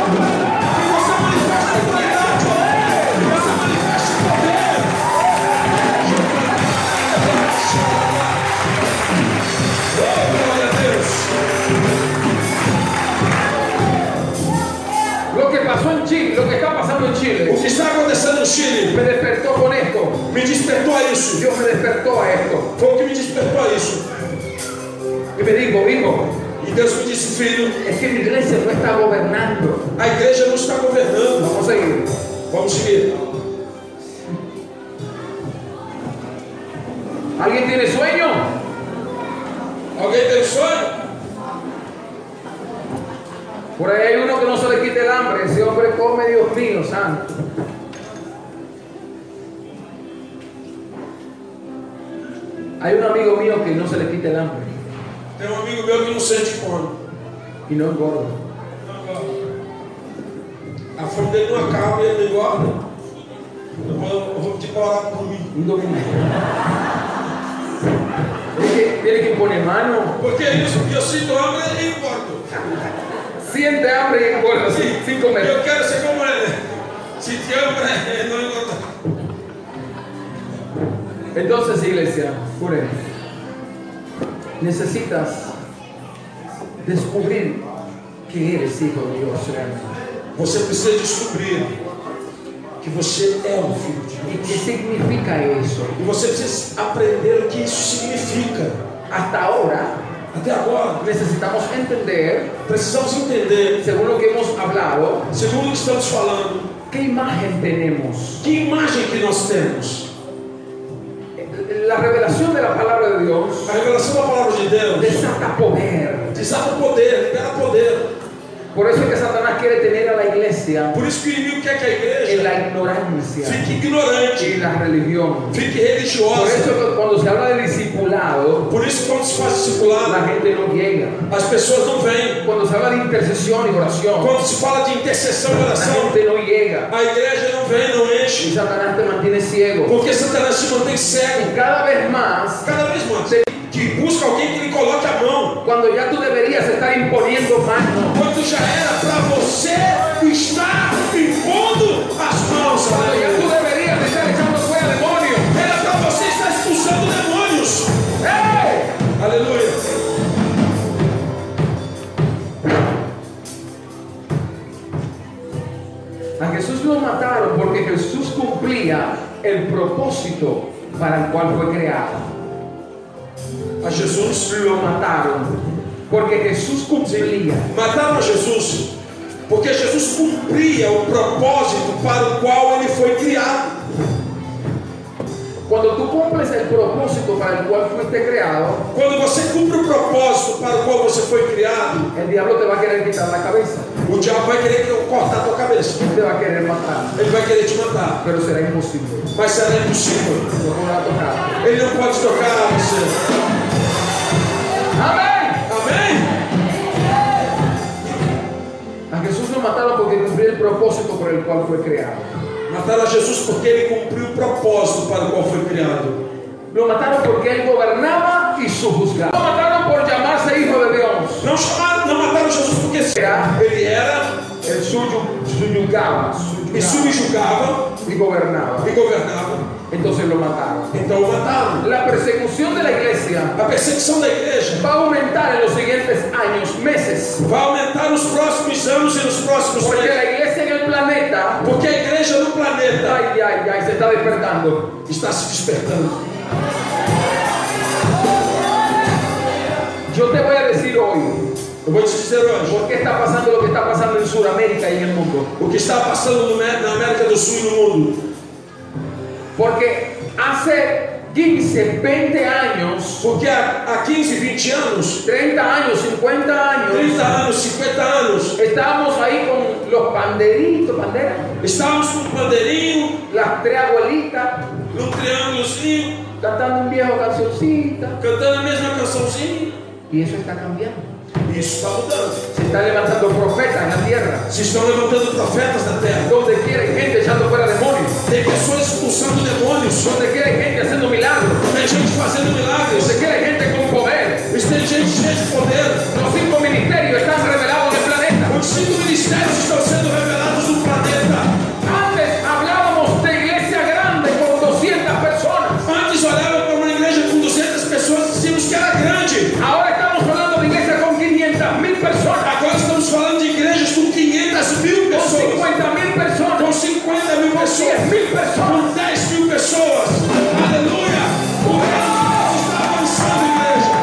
Que você manifeste autoridade. Que você manifeste poder. Oh, glória a Deus. Lo que pasó en Chile, lo que está pasando en O Chile, que está acontecendo no Chile me despertó con esto. me despertou a isso. Dios me despertó a esto. Foi o que me despertou a isso. Y me digo, hijo, E Deus me disse, filho, es que mi iglesia no está gobernando. a igreja não está governando. Vamos a seguir. Vamos seguir. ¿Alguien tiene sueño? Alguém tem um sonho? Por ahí hay uno que no se le quite el hambre. Ese hombre come, Dios mío, santo. Hay un amigo mío que no se le quite el hambre Tem um amigo meu que não sente fome. y no engorda. A fome dele não acaba e ele não engorda. Eu vou, eu vou pedir para orar por mim. Un domingo. Es que tiene que poner mano. Porque é isso, eu sinto hambre e engordo. Siente hambre y engorda sin, sin comer. Eu quero ser como ele. né? Entonces, iglesia, jure, necesitas descobrir que eres hijo de Dios realmente Você precisa descobrir que você é um filho de y Deus. qué significa eso. E você precisa aprender o que isso significa. Hasta ahora Até agora, necesitamos entender, precisamos entender, según lo que hemos hablado, segundo o que estamos falando, qué imagen tenemos. que imagem que nós temos. La revelación de la palabra de Dios A revelação da palavra de Deus desata poder. desata o poder, libera poder. Por eso es que Satanás quiere tener a la iglesia Por isso que o inimigo quer que a igreja en la ignorancia fique y ignorante, la religión. fique Por religiosa. eso que cuando se habla de discipulado, Por isso, quando se faz la discipulado, gente no llega. as pessoas não vêm. Cuando se habla de intercesión y oración, Quando se fala de intercessão e la oração, gente no llega. a igreja não vem, não Y enche. Satanás te mantiene ciego. Porque Satanás se mantém cego. Y cada vez más, Cada vez mais. Que busca alguém que lhe coloque a mão. cuando ya tú deberías estar imponiendo manos, Quando já era para você estar impondo as mãos. cuando ya tú aleluia. deberías estar echando fuera demonios. Era para você estar expulsando demônios. ¡Ey! Aleluia. A Jesús lo mataron porque Jesús cumplía el propósito para el cual fue creado. A Jesus. lo mataron porque Jesús cumplía Mataram a Jesus. Porque Jesus cumpria o propósito para o qual ele foi criado. cuando tú cumples el propósito para el cual fuiste creado Quando você cumpre o propósito para o qual você foi criado, el diablo te va a querer quitar la cabeza o diabo vai querer que eu cortar a tua cabeça. te va a querer matar Ele vai querer te matar. pero será imposible Mas será impossível. no podrá tocar Ele não pode tocar você. amén Amém? a Jesús lo mataron porque cumplía el propósito por el cual fue creado Mataram a Jesus porque ele cumpriu o propósito para o qual foi criado. lo mataron porque él gobernaba y sujuzgaba lo mataron por llamarse hijo de Dios Não, chamaram, não mataram Jesus porque ele era el suyo subyugaba e subyugaba subjugava y gobernaba e governava. entonces lo mataron Então o mataram. la persecución de la iglesia A perseguição da igreja va a aumentar en los siguientes años, meses, vai aumentar nos próximos anos e nos próximos porque meses. la iglesia en el planeta, Porque a igreja no planeta ay, ay, ay, se está despertando. está se despertando. Yo te voy a decir hoy Eu vou te dizer hoje. por qué está pasando lo que está pasando en Sudamérica y en el mundo. O que está passando no Mé- na América do Sul e no mundo. Porque hace 15, 20 años, Porque há, há 15, 20 anos, 30 años, 50 años, 30 anos, 50 anos, estábamos ahí con los panderitos, banderas, estávamos com um bandeirinho, las tres abuelitas, num triângulozinho, cantando un viejo cancioncita, cantando a mesma cançãozinha. y eso está cambiando. E Isso está mudando. Se está levantando profetas en la tierra, Se estão levantando profetas na terra. donde quiera hay gente echando fuera demonios. Tem pessoas expulsando demônios. Donde quiera hay gente haciendo milagros. Tem gente fazendo milagres. Donde quiera hay gente con poder. Tem gente cheia de poder. Los cinco ministerios están revelados en el planeta. Os cinco ministérios estão sendo revelados no planeta. Antes hablábamos de iglesia grande con 200 personas. Antes olhavam para uma igreja com 200 pessoas e dizíamos que era grande. Ahora estamos hablando de iglesia con 500 mil personas. Agora estamos falando de igrejas com 500 mil Con pessoas, 50 mil com personas. 50 mil Con 10 pessoas, mil personas. com 10 mil pessoas. Aleluia! O reino de Deus está avançando, igreja.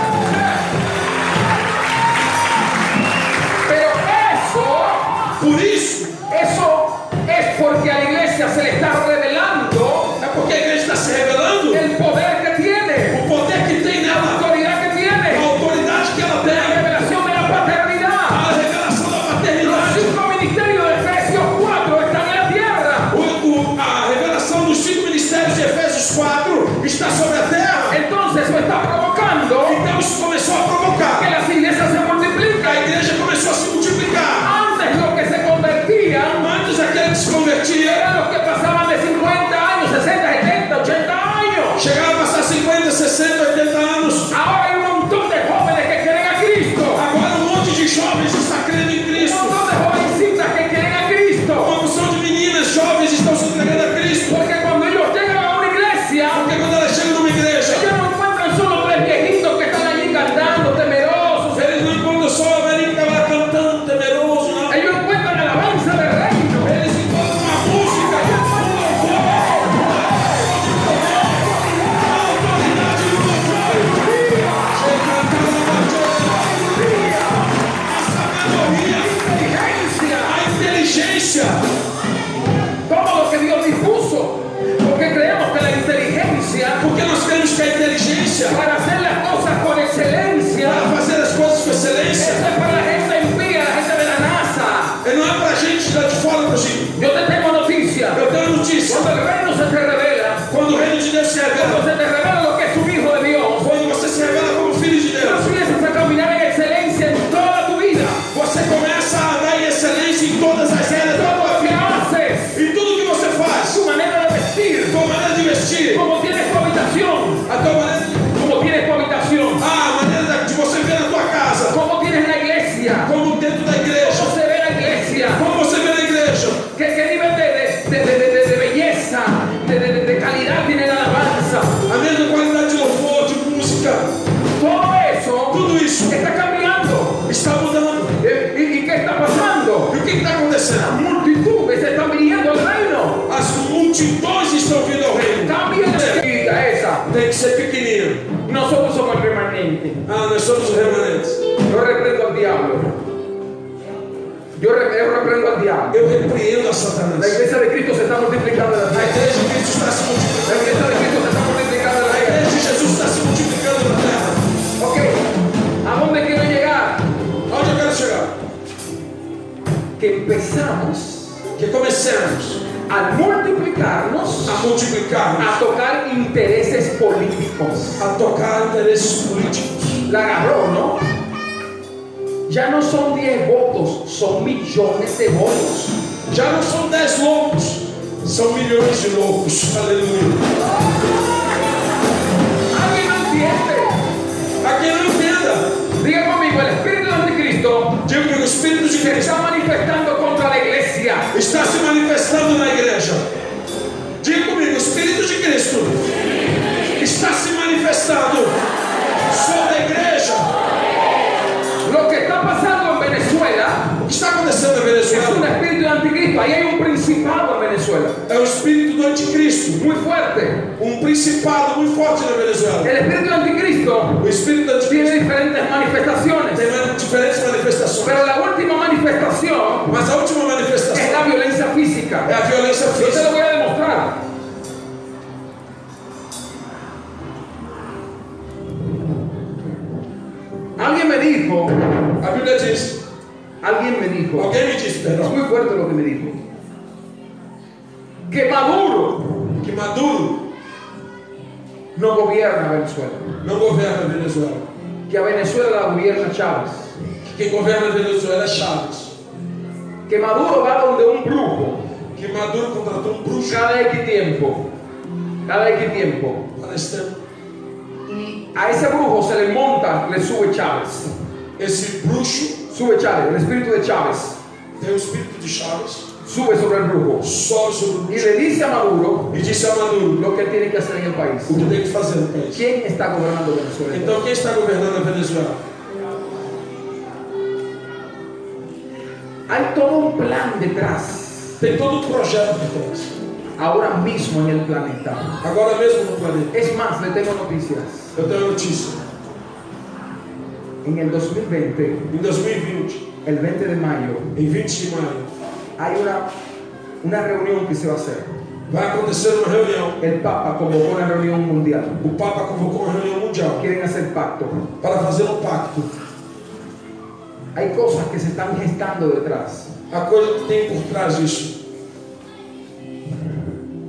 Pero eso, Por isso, eso es porque a la iglesia se le está revelando é porque a igreja está se revelando. el poder que tiene, O poder que tem la nela, autoridad que É a tiene, autoridade que ela la tem, revelación de la paternidad. a revelação da Los paternidade, cinco ministerios de Efesios 4 están en la tierra. o- o- a revelação dos cinco ministérios de Efésios 4 está sobre a terra. Entonces eso está provocando Então isso começou a que provocar. las iglesias se A multiplican. igreja começou a se multiplicar. Antes los que se convertían Antes aquele que se convertia eran los que pasaban de 50 años, 60, 70, 80 años. Chegava a passar 50, 60, 80 anos. Ahora hay un montón de jóvenes que quieren a Cristo. Agora um monte de jovens está crendo em Un Cristo. montón de jovencitas que quieren a Cristo. Uma porção de meninas jovens estão se entregando a Cristo. Porque cuando ellos llegan a una iglesia, Porque quando elas chegam numa excelência, para hacer las cosas con excelencia. para fazer as coisas com excelência. Esto es para la gente impía, la gente de la NASA. Não é para gente lá de fora, meu filho. Yo te tengo noticia. Eu tenho notícia. Cuando el reino se te revela, Quando o reino de Deus se cuando revela, se te revela lo que es un hijo de Dios, quando você se revela como filho de tú Deus, empiezas a caminar en excelencia en toda tu vida. você começa a andar em excelência em todas as áreas da Todo tua lo que vida. haces, Em tudo que você faz, tu manera de vestir, tua maneira de vestir, como tienes tu habitación, a tua maneira de... como tienes tu habitación, Ah, a maneira da- de você ver na tua casa, como tienes la iglesia, como dentro da igreja, cómo se ve la iglesia, como você vê na igreja, qué, qué nivel de, de- de- de- de- de belleza, de, de- de calidad tiene la alabanza. a mesma qualidade de louvor, de música, Todo eso tudo isso está cambiando. está mudando. Eh, ¿Y, y qué está pasando? E o que está Las acontecendo? multitudes se están viniendo al reino. As multidões estão vindo ao reino. Cambia la vida esa. Tem que ser pequenino. Nosotros somos el remanente. Ah, nós somos os remanentes. Yo reprendo al diablo. Yo, re- yo reprendo al diablo. Eu repreendo a La Satanás. iglesia de Cristo se está multiplicando en la A tierra. igreja de Cristo está se multiplicando. La iglesia de Cristo se está multiplicando en la A tierra. igreja de Jesus está se multiplicando na terra. Ok, ¿a dónde quiero llegar? Onde eu quero chegar? Que empezamos Que comecemos a multiplicarnos, a multiplicar, a tocar intereses políticos. a tocar interesses políticos. La agarró, ¿no? Ya no son 10 votos, son millones de votos. Já não são dez loucos, são milhões de loucos. Aleluia. ¿Alguien lo entiende? A quem não entenda, Diga conmigo, el Espíritu de Anticristo digo que o Espírito de se Cristo está manifestando contra la iglesia. está se manifestando na igreja. Diga comigo, o Espírito de Cristo está se manifestando sobre a igreja. Lo que está pasando en Venezuela O que está acontecendo na es un Venezuela espíritu de Anticristo. Ahí hay un principado en Venezuela, é o espírito do anticristo, muy fuerte. um principado muito forte na Venezuela. El espíritu de Anticristo O espírito do tiene anticristo diferentes manifestaciones, tem mani- diferentes manifestações, pero la última manifestación mas a última es manifestação la violencia é física. a violência Yo te lo física. voy a demostrar. Alguien me dijo, A Bíblia diz, alguien me dijo, alguém me disse, es perdão, muy fuerte lo que me dijo, que Maduro que Maduro no gobierna Venezuela, não governa a Venezuela, que a Venezuela la gobierna Chávez, que quem governa a Venezuela é Chaves, que Maduro va donde un brujo que Maduro contratou um bruxo cada X tiempo, cada X tiempo, para esse tempo. y a ese brujo se le monta, le sube Chávez, Esse bruxo sube Chávez, el espíritu de Chávez tem o espírito de Chaves, sube sobre el brujo sobe sobre o y bruxo le dice a Maduro e disse a Maduro lo que tiene que hacer en el país. o que tem que fazer no país. ¿Quién está gobernando Venezuela? Então quem está governando a Venezuela? Hay todo un plan detrás, Tem todo um projeto por trás. ahora mismo en el planeta. Agora mesmo no planeta. Es más, le tengo noticias. Eu tenho a notícia. En el 2020, Em 2020, el 20 de mayo, em 20 de maio, hay una, una reunión que se va a hacer. vai acontecer uma reunião. El Papa convocó una reunión mundial. O Papa convocou uma reunião mundial Quieren hacer pacto. para fazer um pacto. Hay cosas que se están gestando detrás. A coisa que tem por trás disso.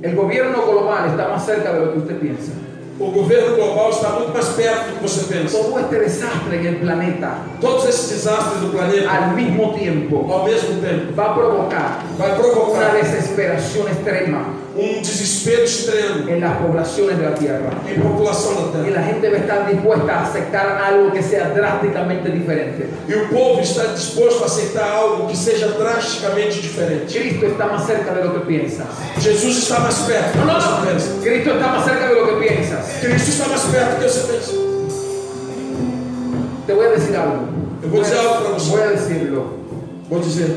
El gobierno global está más cerca de lo que usted piensa. O governo global está muito mais perto do que você pensa. Todo este desastre en el planeta Todos esses desastres do planeta, al mismo tiempo ao mesmo tempo, va a provocar vai una provocar desesperación extrema um desespero extremo en las poblaciones de la tierra. em população da Y Terra. la gente va a estar dispuesta a aceptar algo que sea drásticamente diferente. E o povo está disposto a aceitar algo que seja drasticamente diferente. Cristo está más cerca de lo que piensas. Jesus está mais perto do que você pensa. Cristo está más cerca de lo que piensas. Cristo está mais perto do que você pensa. Te voy a decir algo. Eu vou dizer algo para você. Voy a decirlo. Vou dizer,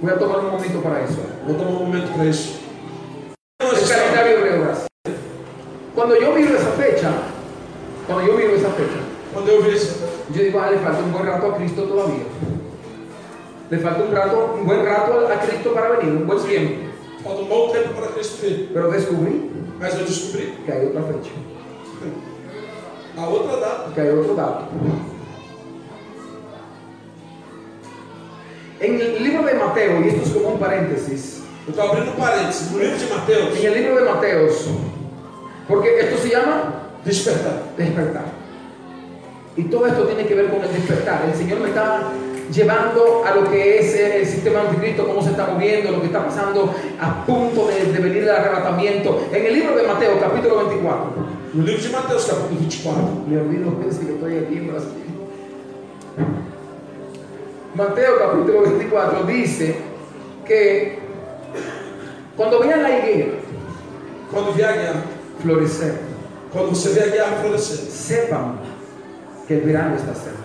Voy a tomar un momento para eso. vou tomar um momento para isso. El calendario de obras. Cuando yo miro esa fecha, cuando yo miro esa fecha, Quando eu vi isso, Yo digo, ah, le falta un buen rato a Cristo todavía. Le falta un, rato, un buen rato a Cristo para venir, un buen tiempo. falta um bom tempo para Cristo vir. Pero descubrí Mas eu descobri que hay otra fecha. A outra data. Porque hay otro dato. En el libro de Mateo, y esto es como un paréntesis, Eu estou abrindo um parênteses. No livro de Mateus, en el libro de Mateos, porque esto se llama despertar. despertar. Y todo esto tiene que ver con el despertar. El Señor me está llevando a lo que es eh, el sistema anticristo, cómo se está moviendo, lo que está pasando a punto de, de venir el arrebatamiento. En el libro de Mateo, capítulo 24. No livro de Mateus, tá capítulo 24. Me olvido, pensé que estoy aquí en Brasil. Mateo capítulo 24 dice que cuando vean la higuera Quando vier a guerra, florecer, quando você vê a guerra florescer, sepan que el verano está cerca.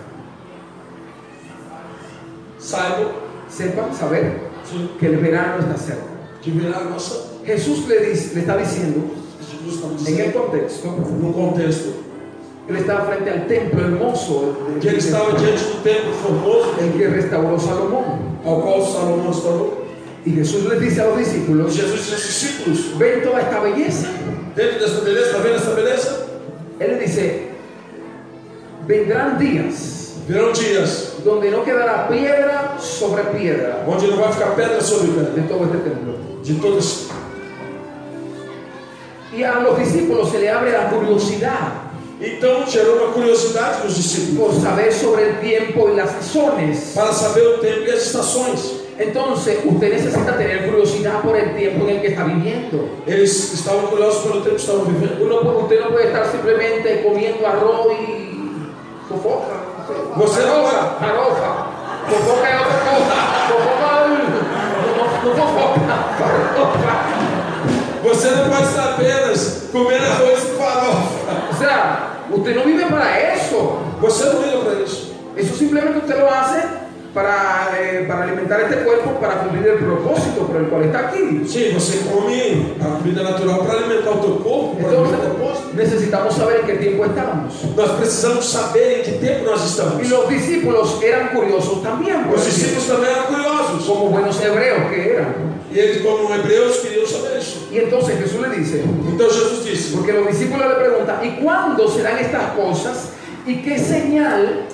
saibam Sepan, saber que, que el verano está cerca. que virá a nossa. Jesús le, dice- le está diciendo, Jesus está en el dizendo, contexto, no contexto, él estaba frente al templo hermoso de- que ele estava diante do templo formoso, el que restauró Salomón. ao qual Salomão restaurou. Y Jesús les dice a los discípulos, Jesus disse aos discípulos: ven toda esta belleza. Dentro dessa beleza, está vendo essa beleza? Él dice, vendrán días Virão dias donde no quedará piedra sobre piedra onde não vai ficar pedra sobre pedra de todo este templo. de todos. Y a los discípulos se le abre la curiosidad Então gerou uma curiosidade nos discípulos por saber sobre el tiempo y las sazones. para saber o tempo e as estações. Entonces usted necesita tener curiosidad por el tiempo en el que está viviendo. Eles estavam curiosos pelo tempo que estavam vivendo. Uno, usted no puede estar simplemente comiendo arroz y sofoca. Você não Farofa, farofa. Sofoca es otra cosa. Sofoca no, no, no sofoca. Farofa. Você não pode estar apenas comendo arroz e farofa. O sea, usted no vive para eso. Você não liga para isso. Eso simplemente usted lo hace para, eh, para alimentar este cuerpo, para cumplir el propósito por el cual está aquí. Sim, você come a comida natural para alimentar o teu corpo, para Entonces alimentar o propósito. necesitamos saber en qué tiempo estamos. Nós precisamos saber em que tempo nós Y estamos. los discípulos eran curiosos también. Os porque discípulos também eram curiosos. como buenos hebreos que eran. E eles, como hebreus, queriam saber isso. Y entonces Jesús le dice, Então Jesus disse: porque los discípulos le preguntan, ¿y cuándo serán estas cosas? ¿Y qué señal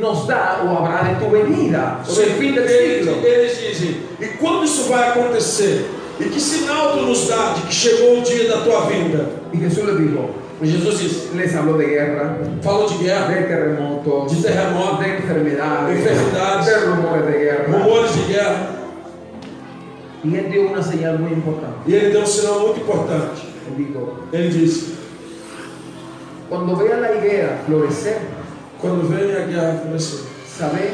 nos da o habrá de tu venida? O del fin del Eles, siglo. eles dizem, e quando isso vai acontecer? E que sinal tu nos dá de que chegou o dia da tua vinda? Y Jesús les dijo, E Jesus disse, les habló de guerra, falou de guerra, de terremotos, de terremoto, de enfermedades, Enfermidades. de rumores de guerra. rumores de guerra. Y él dio una señal muy importante. E ele deu um sinal muito importante. Él dijo, Ele disse, cuando vean la higuera florecer, quando vem a guerra florescer, sabed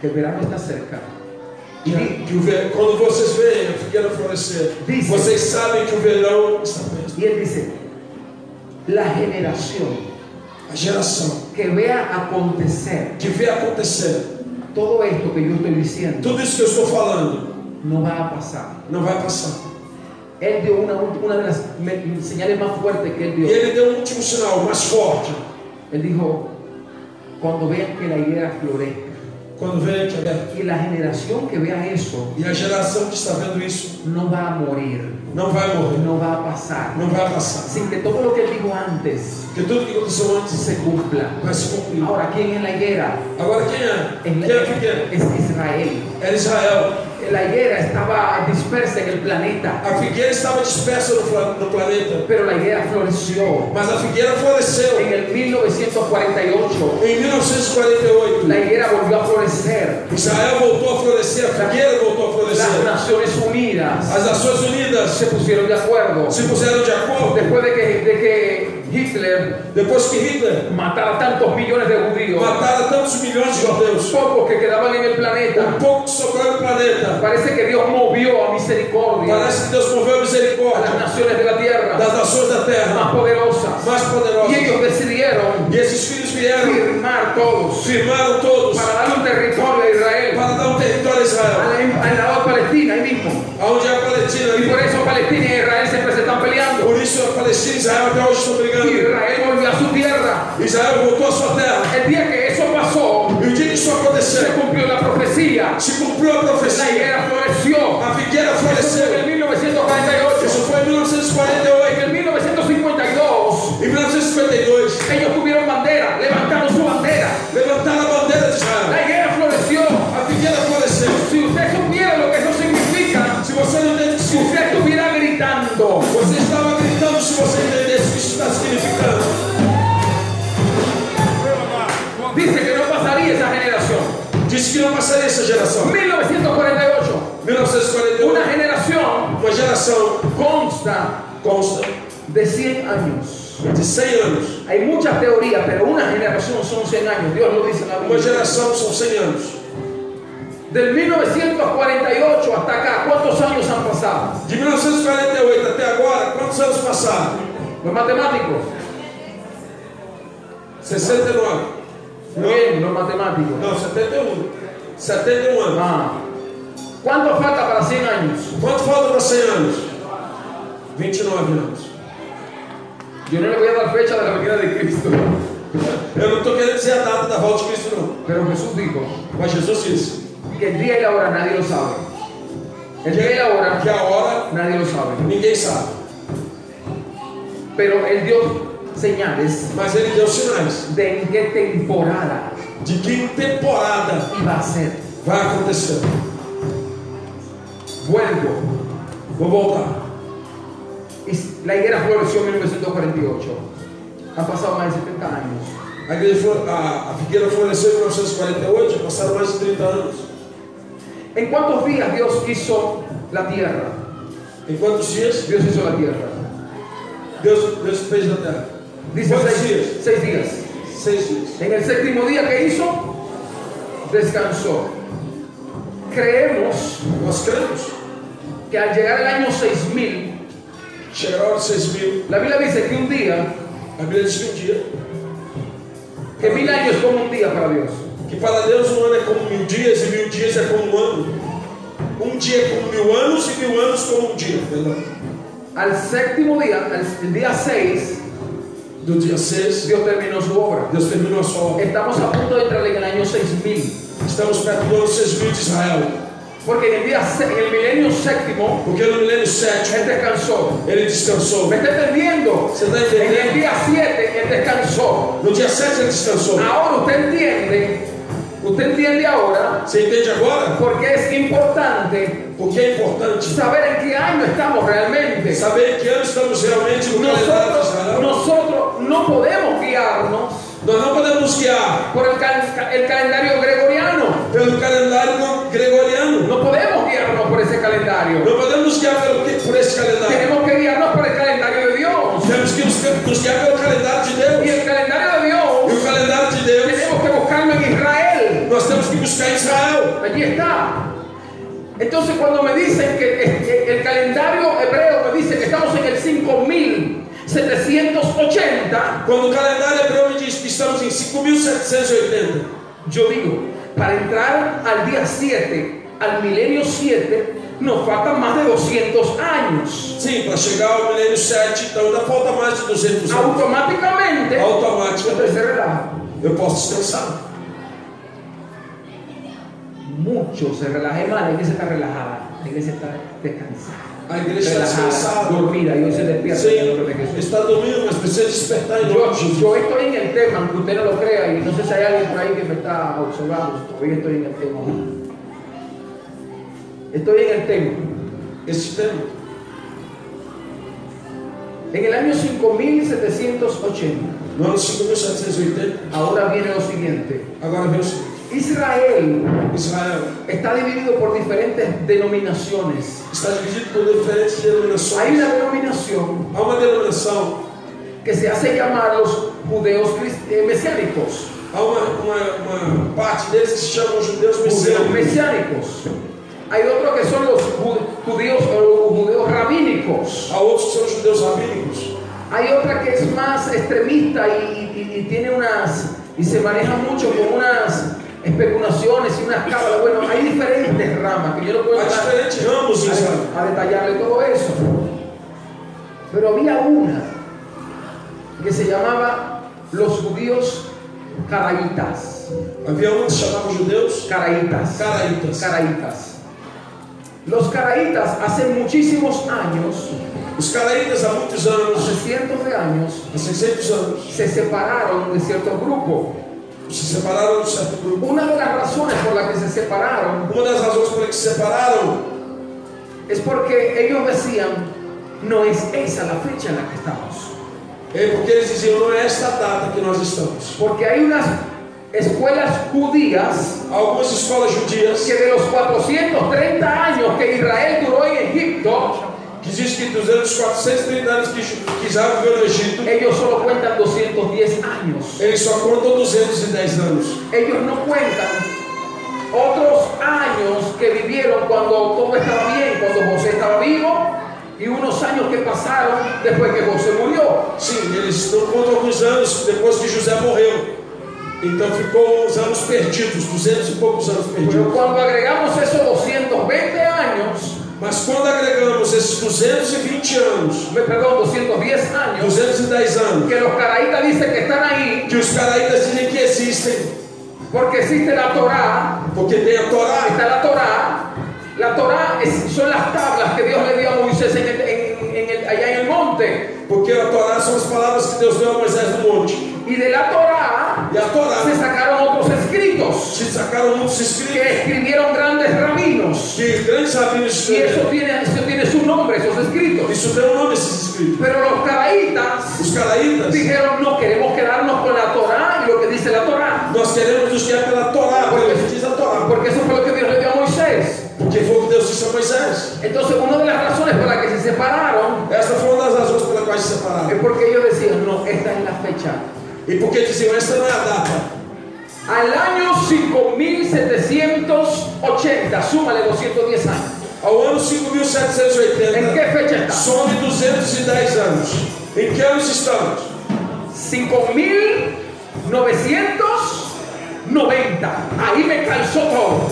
que el verano está cerca. que, que o ver, quando vocês veem a figueira florescer, Disse. vocês sabem que o verão está perto. Y él dice, la generación A geração que vea acontecer que vê acontecer, todo esto que yo estoy diciendo, tudo isso que eu estou falando, no va a pasar. não vai passar. Él dio una, una de las me- señales más fuertes que él E dio. ele deu um último sinal, mais forte. Él dijo, cuando vean que la higuera florezca, Quando vem a guerra y la generación que vea eso, E a geração que está vendo isso no va a morir, não vai morrer, no va a pasar, não vai passar. sin que todo lo que digo antes Porque tudo que aconteceu antes se cumpla. vai se cumprir. Ahora, ¿quién es la higuera? Agora quem é? Es, Quem é a figueira? es Israel. Era Israel. La higuera estaba dispersa en el planeta, A figueira estava dispersa no, fla- no planeta, pero la higuera floreció. mas a figueira floresceu. En el 1948, Em 1948, la higuera volvió a florecer. Israel voltou a florescer, a figueira voltou a Las florescer. Naciones Unidas As Nações Unidas se pusieron de acuerdo. se puseram de acordo Después de que, de que Hitler depois que Hitler matara tantos millones de judíos, matara tantos milhões de judeus. los pocos que quedaban en el O planeta. pouco que sobrou no planeta. Parece que Dios movió a misericordia Parece que Deus moveu a a las misericórdia naciones de la tierra das nações da terra. más poderosas. mais Y poderosos. ellos decidieron E esses filhos vieram, firmar todos firmaram todos para dar un territorio a Israel, para dar um território a a Israel, la, a la Palestina ahí mismo. aonde a Palestina. Y por eso Palestina e Israel siempre se están peleando. Por isso a Palestina e Israel até hoje estão brigando. Israel volvió a su tierra. Israel voltou à sua terra. El día que eso pasó, E o dia que isso se aconteceu, cumplió la profecía. se cumpriu a La profecia. higuera floreció. A figueira En floresceu. el 1948, Isso foi em en 1948. el 1952, Em 1952, ellos tuvieron geração. 1948, 1941, una generación uma geração consta consta de 100 años. de 100 anos. Hay muchas teorías, pero una generación son 100 años. Dios lo dice en la Uma Biblia. geração são 100 anos. Del 1948 hasta acá, ¿cuántos años han pasado? De 1948 até agora, quantos anos passaram? Los matemáticos. 69. Muy bien, los matemáticos. Não, 71. 71 anos. Ah. ¿Cuánto falta para 100 años? Quanto falta para 100 anos? 29 anos. Yo no le voy a dar fecha de la venida de Cristo. Eu não estou querendo dizer a data da volta de Cristo, não. Pero Jesús dijo Mas Jesus disse que el día y la hora nadie lo sabe. El día y la é hora que é a hora nadie lo sabe. ninguém sabe. Pero Él dio señales Mas ele deu sinais de en qué temporada de que temporada iba a ser. vai acontecer. Vuelvo. Vou voltar. Y La higuera floreció en 1948. Han pasado más de 70 años. A, igreja, flor- a, a figueira floresceu em 1948, já passaram mais de 30 anos. ¿En cuántos días Dios hizo la tierra? Em quantos dias? Dios hizo la tierra. Deus, Deus fez na terra. Dice Quantos seis, dias? seis días. Seis dias. En el séptimo día que hizo, descansó. Creemos Nós cremos. que al llegar el año 6000, Chegará a hora de 6 mil. la Biblia dice que un día, A Bíblia diz que um dia, que mil años es como un día para Dios. que para Deus um ano é como mil dias e mil dias é como um ano. Um dia é como mil anos e mil anos como um dia. Perdão. Al séptimo día, al, el día 6, Do dia 6, Dios terminó su obra. Deus terminou a sua obra. Estamos a punto de entrar en el año 6000, Estamos perto do ano 6 mil de Israel. porque en el, día, se- en el milenio séptimo, Porque no milênio 7 Él descansó. é ele descansou. ¿Me está entendiendo? Você está En el entendendo? día 7, Él descansó. No dia 7 ele descansou. Ahora usted entiende, usted entiende ahora Você entende agora? por qué es importante O que é importante? saber en qué año estamos realmente. Saber em que ano estamos realmente no calendário de Nosotros, Israel. nosotros no podemos guiarnos Nós não podemos guiar por el, cal- el calendario gregoriano. pelo calendário gregoriano. No podemos guiarnos por ese calendario. Não podemos guiar pelo que, por esse calendário. Tenemos que guiarnos por el calendario de Dios. Temos que nos, nos guiar pelo calendário de Y Deus. el calendario de E o Dios calendário de Deus, tenemos que buscarlo en Israel. nós temos que buscar Israel. Allí está. Entonces cuando me dicen que el- el, el calendario hebreo me dice que estamos en el 5780, Quando o calendário hebreu me diz que estamos em 5.780, yo digo, para entrar al día 7, al milenio 7, nos faltan más de 200 años. sim, para chegar ao milênio 7, então ainda falta mais de 200 anos. Automáticamente, Automática, usted se relaja. eu posso descansar. Mucho se relaja. Es más, la iglesia está relajada. La iglesia está descansada. A igreja está Relajada, descansada. dormida, y hoy se despierta en el nombre de Sim, Jesús. está dormindo, mas precisa despertar em nome Yo, de Jesus. yo estoy en el tema, aunque usted no lo crea, y no sé si hay alguien por ahí que me está observando. Hoy estoy en el tema. Estoy en el tema. Esse tema. En el año 5780, No ano 5.780, ahora viene lo siguiente. agora vem o seguinte. Israel Israel está dividido por diferentes denominaciones. está dividido por diferentes Hay denominações. una denominación Há uma denominação, que se hace llamar los judeos cris- eh, mesiánicos. há uma, uma, uma parte deles que se chamam judeus Judeos messiânicos. Pues mesiánicos. Hay otros que son los ju- judíos o los judeos rabínicos. Há outros que são judeus rabínicos. Hay otra que es más extremista y, y- y tiene unas y se maneja mucho con unas especulaciones y unas cábalas. Bueno, hay diferentes ramas que yo no puedo Há entrar diferentes ramos em Israel. a, a detallarle todo eso. Pero había una que se llamaba los judíos caraitas. Havia um que se chamava judeus Caraítas. Caraítas. Caraítas. Los caraítas hace muchísimos años, Os caraítas há muitos hace anos, cientos de años, há 600 anos, se separaron de cierto grupo. se separaram de um certo grupo. Una de las razones por las que se separaron Uma das razões por que se separaram es porque ellos decían, no es esa la fecha en la que estamos. é porque eles diziam: não é esta data que nós estamos. Porque hay unas escuelas judías Algumas escolas judias que de los 430 años que Israel duró en Egipto, que diz que 200, 430 anos que, Ju- que Israel viveu no Egito, ellos solo cuentan 210 años. eles só contam 210 anos. Ellos no cuentan otros años que vivieron cuando todo estaba bien, cuando José estaba vivo, y unos años que pasaron después que José murió. Sim, eles não contam alguns anos depois que José morreu. Então ficou os anos perdidos, 200 e poucos anos Pero perdidos. cuando agregamos esos 220 años, Mas quando agregamos esses 220 anos, me- perdón, 210 años, 210 anos, que los caraítas dicen que están ahí que os caraítas dizem que existem, porque existe la Torá, porque tem a Torá, está la Torá, la Torá es- son las tablas que Dios le dio a Moisés en el- en- en el- allá en el monte, porque a Torá são as palavras que Deus deu a Moisés no monte. y de la Torá E a Torá se sacaron otros escritos. se sacaram muitos que escritos, escribieron grandes rabinos. que grandes rabinos Y eso escreveram. tiene, eso tiene su nombre, esos escritos. Isso tem um nome esses escritos. Pero los caraítas Os caraítas, dijeron, no, queremos quedarnos con la Torá y lo que dice la Torá. nós queremos nos guiar pela Torá, pelo que diz a Torá. Porque eso fue lo que Dios le dio a Moisés. Porque foi o que Deus disse a Moisés. Entonces, una de las razones por las que se separaron Essa foi uma das razões pela qual se separaram. es porque ellos decían, no, esta es la fecha. E porque diziam, essa não é a data. Al año 5780, súmale 210 años. Ao ano 5780, Em que fecha está? some 210 anos. Em que anos estamos? 5.990. Ahí me calzó todo.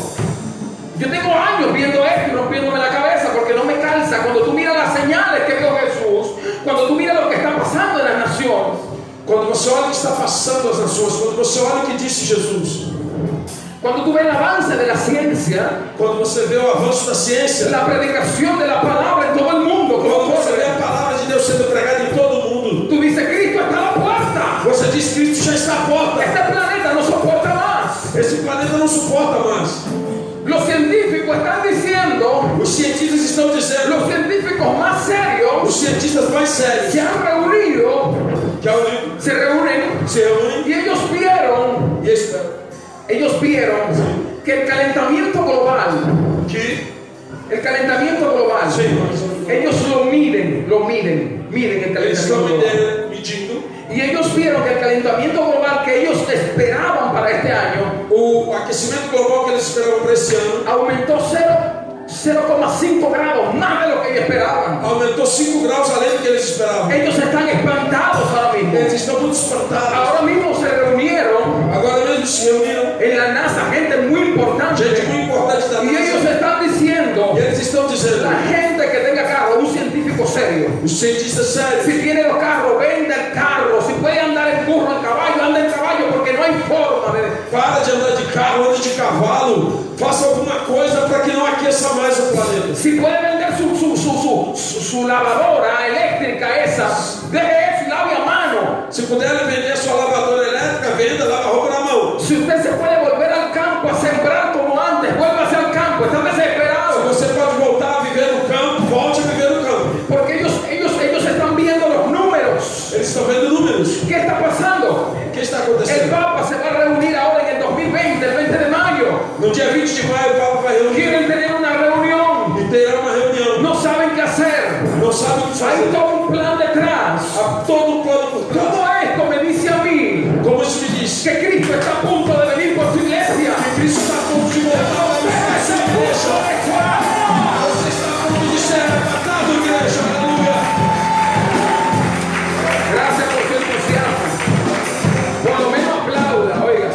Yo tengo años viendo esto y rompiéndome la cabeza porque no me calza. Cuando tú miras las señales que vio Jesús, cuando tú miras lo que está pasando en las naciones, Quando você olha o que está passando as nações, quando você olha o que disse Jesus, cuando tú ves el avance de la ciencia, quando você vê o avanço da ciência, la predicación de la palabra en todo el mundo, quando como você vê a ocurre, palavra de Deus sendo pregada em todo o mundo, tú dices, Cristo está a la puerta. você diz que Cristo já está à porta. Este planeta no soporta más. Esse planeta não suporta mais. Los científicos están diciendo, Os cientistas estão los dizendo, científicos más serios, os cientistas mais sérios, se han reunido, que é o livro, se reúnen se reúnem y ellos vieron, e esperam. ellos vieron que el calentamiento global, que el calentamiento global, Sí, sí. ellos lo miden, lo miden, miden el eles estão calentamiento global. mede- medindo Y ellos vieron que el calentamiento global que ellos esperaban para este año o aquecimento global que eles esperavam para esse ano aumentó cero- 0,5 grados, más de lo que ellos esperaban. aumentou 5 graus além do que eles esperavam. Ellos están espantados ahora mismo. Eles estão muito espantados. Ahora mismo se reunieron Agora mesmo se reuniram, en la NASA, gente muy importante. gente muito importante da Y ellos NASA, están diciendo, e eles estão dizendo: la gente que tenga carro, un científico serio, os cientistas sérios, si tiene los carros, venda el carro, si puede andar en burro, en caballo, anda en caballo, porque no hay forma de... para de andar de carro, ande de cavalo, faça alguma coisa para que não aqueça mais o planeta. Si puede vender su, su, su, su, su- su lavadora eléctrica esa, deje eso y lave a mano. Se puder vender sua lavadora elétrica, venda, lava roupa na mão. Si usted se puede volver al campo a sembrar como antes, vuélvase al campo, están Se desesperados. você pode voltar a viver no campo, volte a viver no campo. Porque ellos, ellos, ellos están viendo los números. Eles estão vendo números. ¿Qué está pasando? O que está El acontecendo? Papa se va a reunir ahora en el 2020, el 20 de maio. No dia 20 de maio, o Papa vai reunir Quieren tener una reunión, e terá uma reunião. no saben qué hacer. Não sabe o que Hay fazer. todo un plan detrás. Há todo um plano por trás. Todo esto me dice a mí Como isso me diz? que Cristo está a punto de venir por su iglesia. Cristo está a ponto de voltar a viver essa igreja. Você está a ponto de ser arrebatado, igreja. Aleluia. Gracias por su entusiasmo. Por lo menos aplauda, oiga.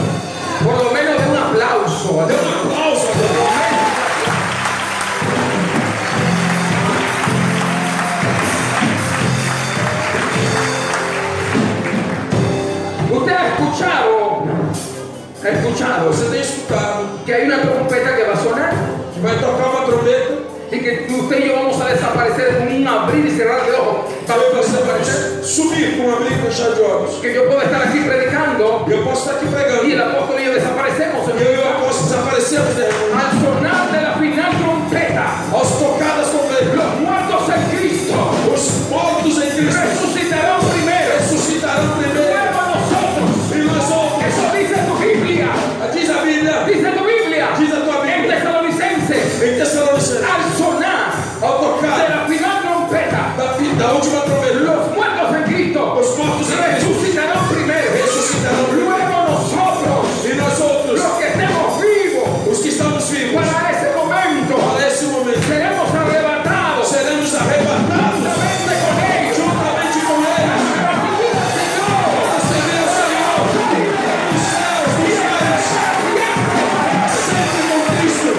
Por lo menos de un aplauso. a Dê Dios. um aplauso a Deus. Usted ha escuchado, ha escuchado Você tem escutado que hay una trompeta que va a sonar que vai tocar uma trombeta. y que usted y yo vamos a desaparecer en un abrir y cerrar de ojos. Talvez você vai subir com um amigo e fechar de olhos. Que yo puedo estar aquí predicando Eu posso estar aqui y pregando. el apóstol y yo desaparecemos. Eu e o apóstolo desaparecemos, né? irmão? Al sonar de la final trompeta, Aos tocadas com ele. los muertos en Cristo Os mortos em Cristo resucitarán primero. ressuscitarão primeiro. Vuelvo a nosotros. E nós vamos. Eso dice tu Biblia. última promesa. Los muertos en Cristo Los muertos en Cristo. resucitarán primero. Ressuscitarão Luego nosotros, e nós outros, los que estemos vivos os que estamos vivos, para ese momento, para esse momento, seremos arrebatados seremos arrebatados juntamente con ellos. juntamente com eles. para vivir al Señor. Para servir ao Senhor, nos céus, nos mares, sempre com Cristo.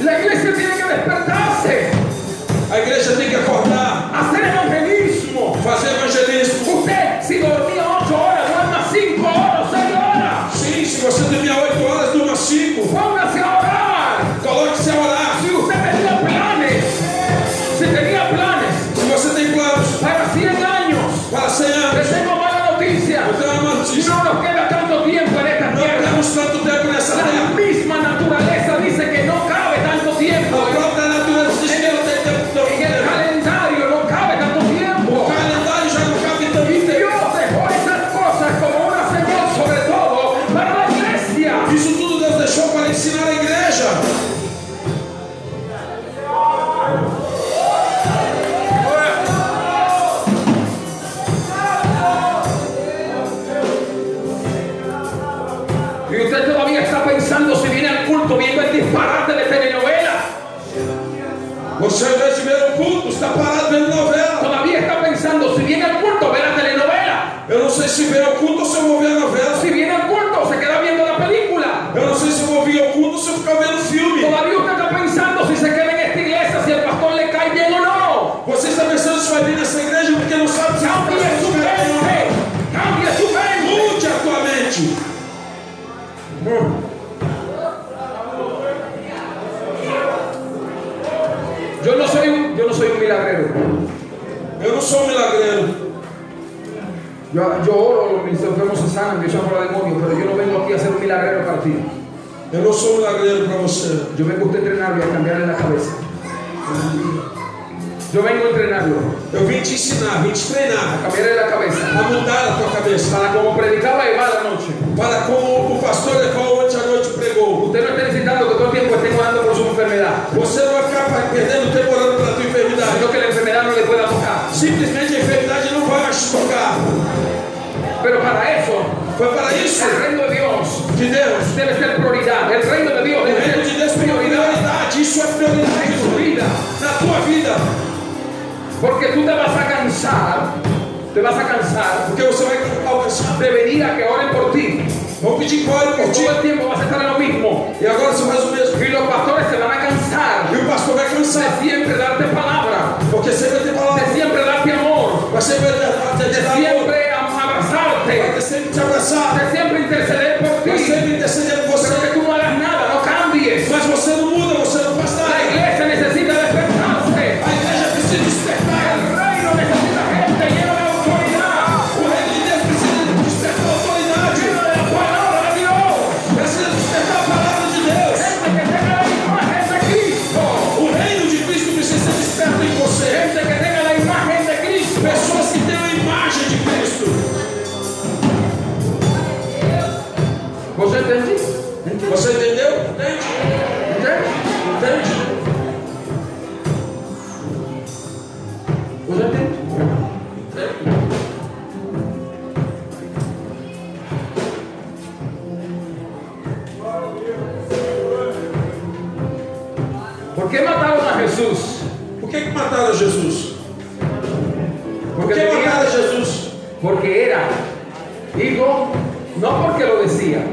La iglesia tiene que despertarse, A igreja tem que acordar, hacer evangelismo. fazer evangelismo. Usted, si dormía 8 horas, duerma 5 horas, 6 horas. Sim, se você dormir 8 horas, durma 5. Póngase a orar. Coloque-se a orar. Si usted tenía planes, si tenía planes Se você tem planos para 100 años, para 100 le anos, tengo mala noticia. eu tenho uma notícia. No nos queda tanto tiempo en esta Não tierra. temos tanto tempo nessa La terra. misma naturaleza dice que no cabe tanto tiempo. A própria natureza diz que não tem tempo. Não tem En el tempo. calendario no cabe tanto O tiempo. calendário já não cabe Y também. Dios dejó esas cosas como una señal sobre todo para la iglesia. Isso tudo Deus deixou para ensinar a igreja. Y usted todavía está pensando si viene al culto viendo el disparate de telenovela. Você, ao invés de ver o culto, está parado vendo novela. Todavía está pensando si viene al culto ver la telenovela. Eu não sei se vê o culto ou se eu vou ver a novela. Si viene al culto se queda viendo la película. Eu não sei se eu vou vir ao culto ou se eu ficar vendo filme. Todavía usted está pensando si se queda en esta iglesia, si el pastor le cae bien o no. Você está pensando se vai vir nessa igreja porque não sabe se vai Cambie su mente. Cambie su mente. Mude a tua mente. Yo no soy un, yo no soy un milagrero. Eu não sou um milagreiro. Yo, yo oro, mis enfermos se sanan, yo llamo a demonios, pero yo no vengo aquí a ser un milagrero para ti. Eu não sou um milagreiro para você. Yo vengo a usted entrenarlo y a cambiarle la cabeza. Yo vengo a entrenarlo, Eu vim te ensinar, vim te a treinar, cambiarle la cabeza. a mudar a tua cabeça. Para como predicaba Eva la noche. Para como o pastor Ecol ontem à noite pregou. Usted no está necesitando que todo el tiempo estén orando por su enfermedad, Você não vai ficar perdendo tempo orando pela tua enfermidade. sino que la enfermedad no le pueda tocar. Simplesmente a enfermidade não vai mais te tocar. Pero para eso, Foi para isso el reino de Dios que Deus, debe ser prioridad. El reino de Dios o debe reino de Deus ser tem prioridad prioridade. Isso é en prioridade su vida. na tua vida. Porque tú te vas a cansar, te vas a cansar Porque você vai alcançar. de venir a que oren por ti. Vou pedir que ore por ti. Todo el tiempo vas a estar en lo mismo. E agora você faz o mesmo. Y los pastores se van a cansar E o pastor vai cansar. de siempre darte palabra, Porque sempre tem de palavra. siempre darte amor, Vai sempre te de dar amor. siempre abrazarte, Vai sempre te abraçar. de siempre interceder por Vai ti. sempre interceder por Pero que você. tú no hagas nada, no cambies. Mas você não muda, você não faz La nada. iglesia necesita despertarse. A igreja precisa despertar. El reino necesita gente llena de autoridad, O reino de Deus precisa despertar a autoridade. llena de la palabra de Dios. Precisa despertar a palavra de Deus. Gente que tenga la imagen de Cristo. O reino de Cristo precisa ser desperto em você. Gente que tenga la imagen de Cristo. Pessoas que têm a imagem de Cristo. ¿Vos entendís? Você entendeu? Entende? ¿Entendés? Entende? ¿Vos entendés? ¿Por qué mataron a Jesús? Por que, que mataram Jesus? Por Porque, que tenía- mataram Jesus? porque era hijo, no porque lo decía,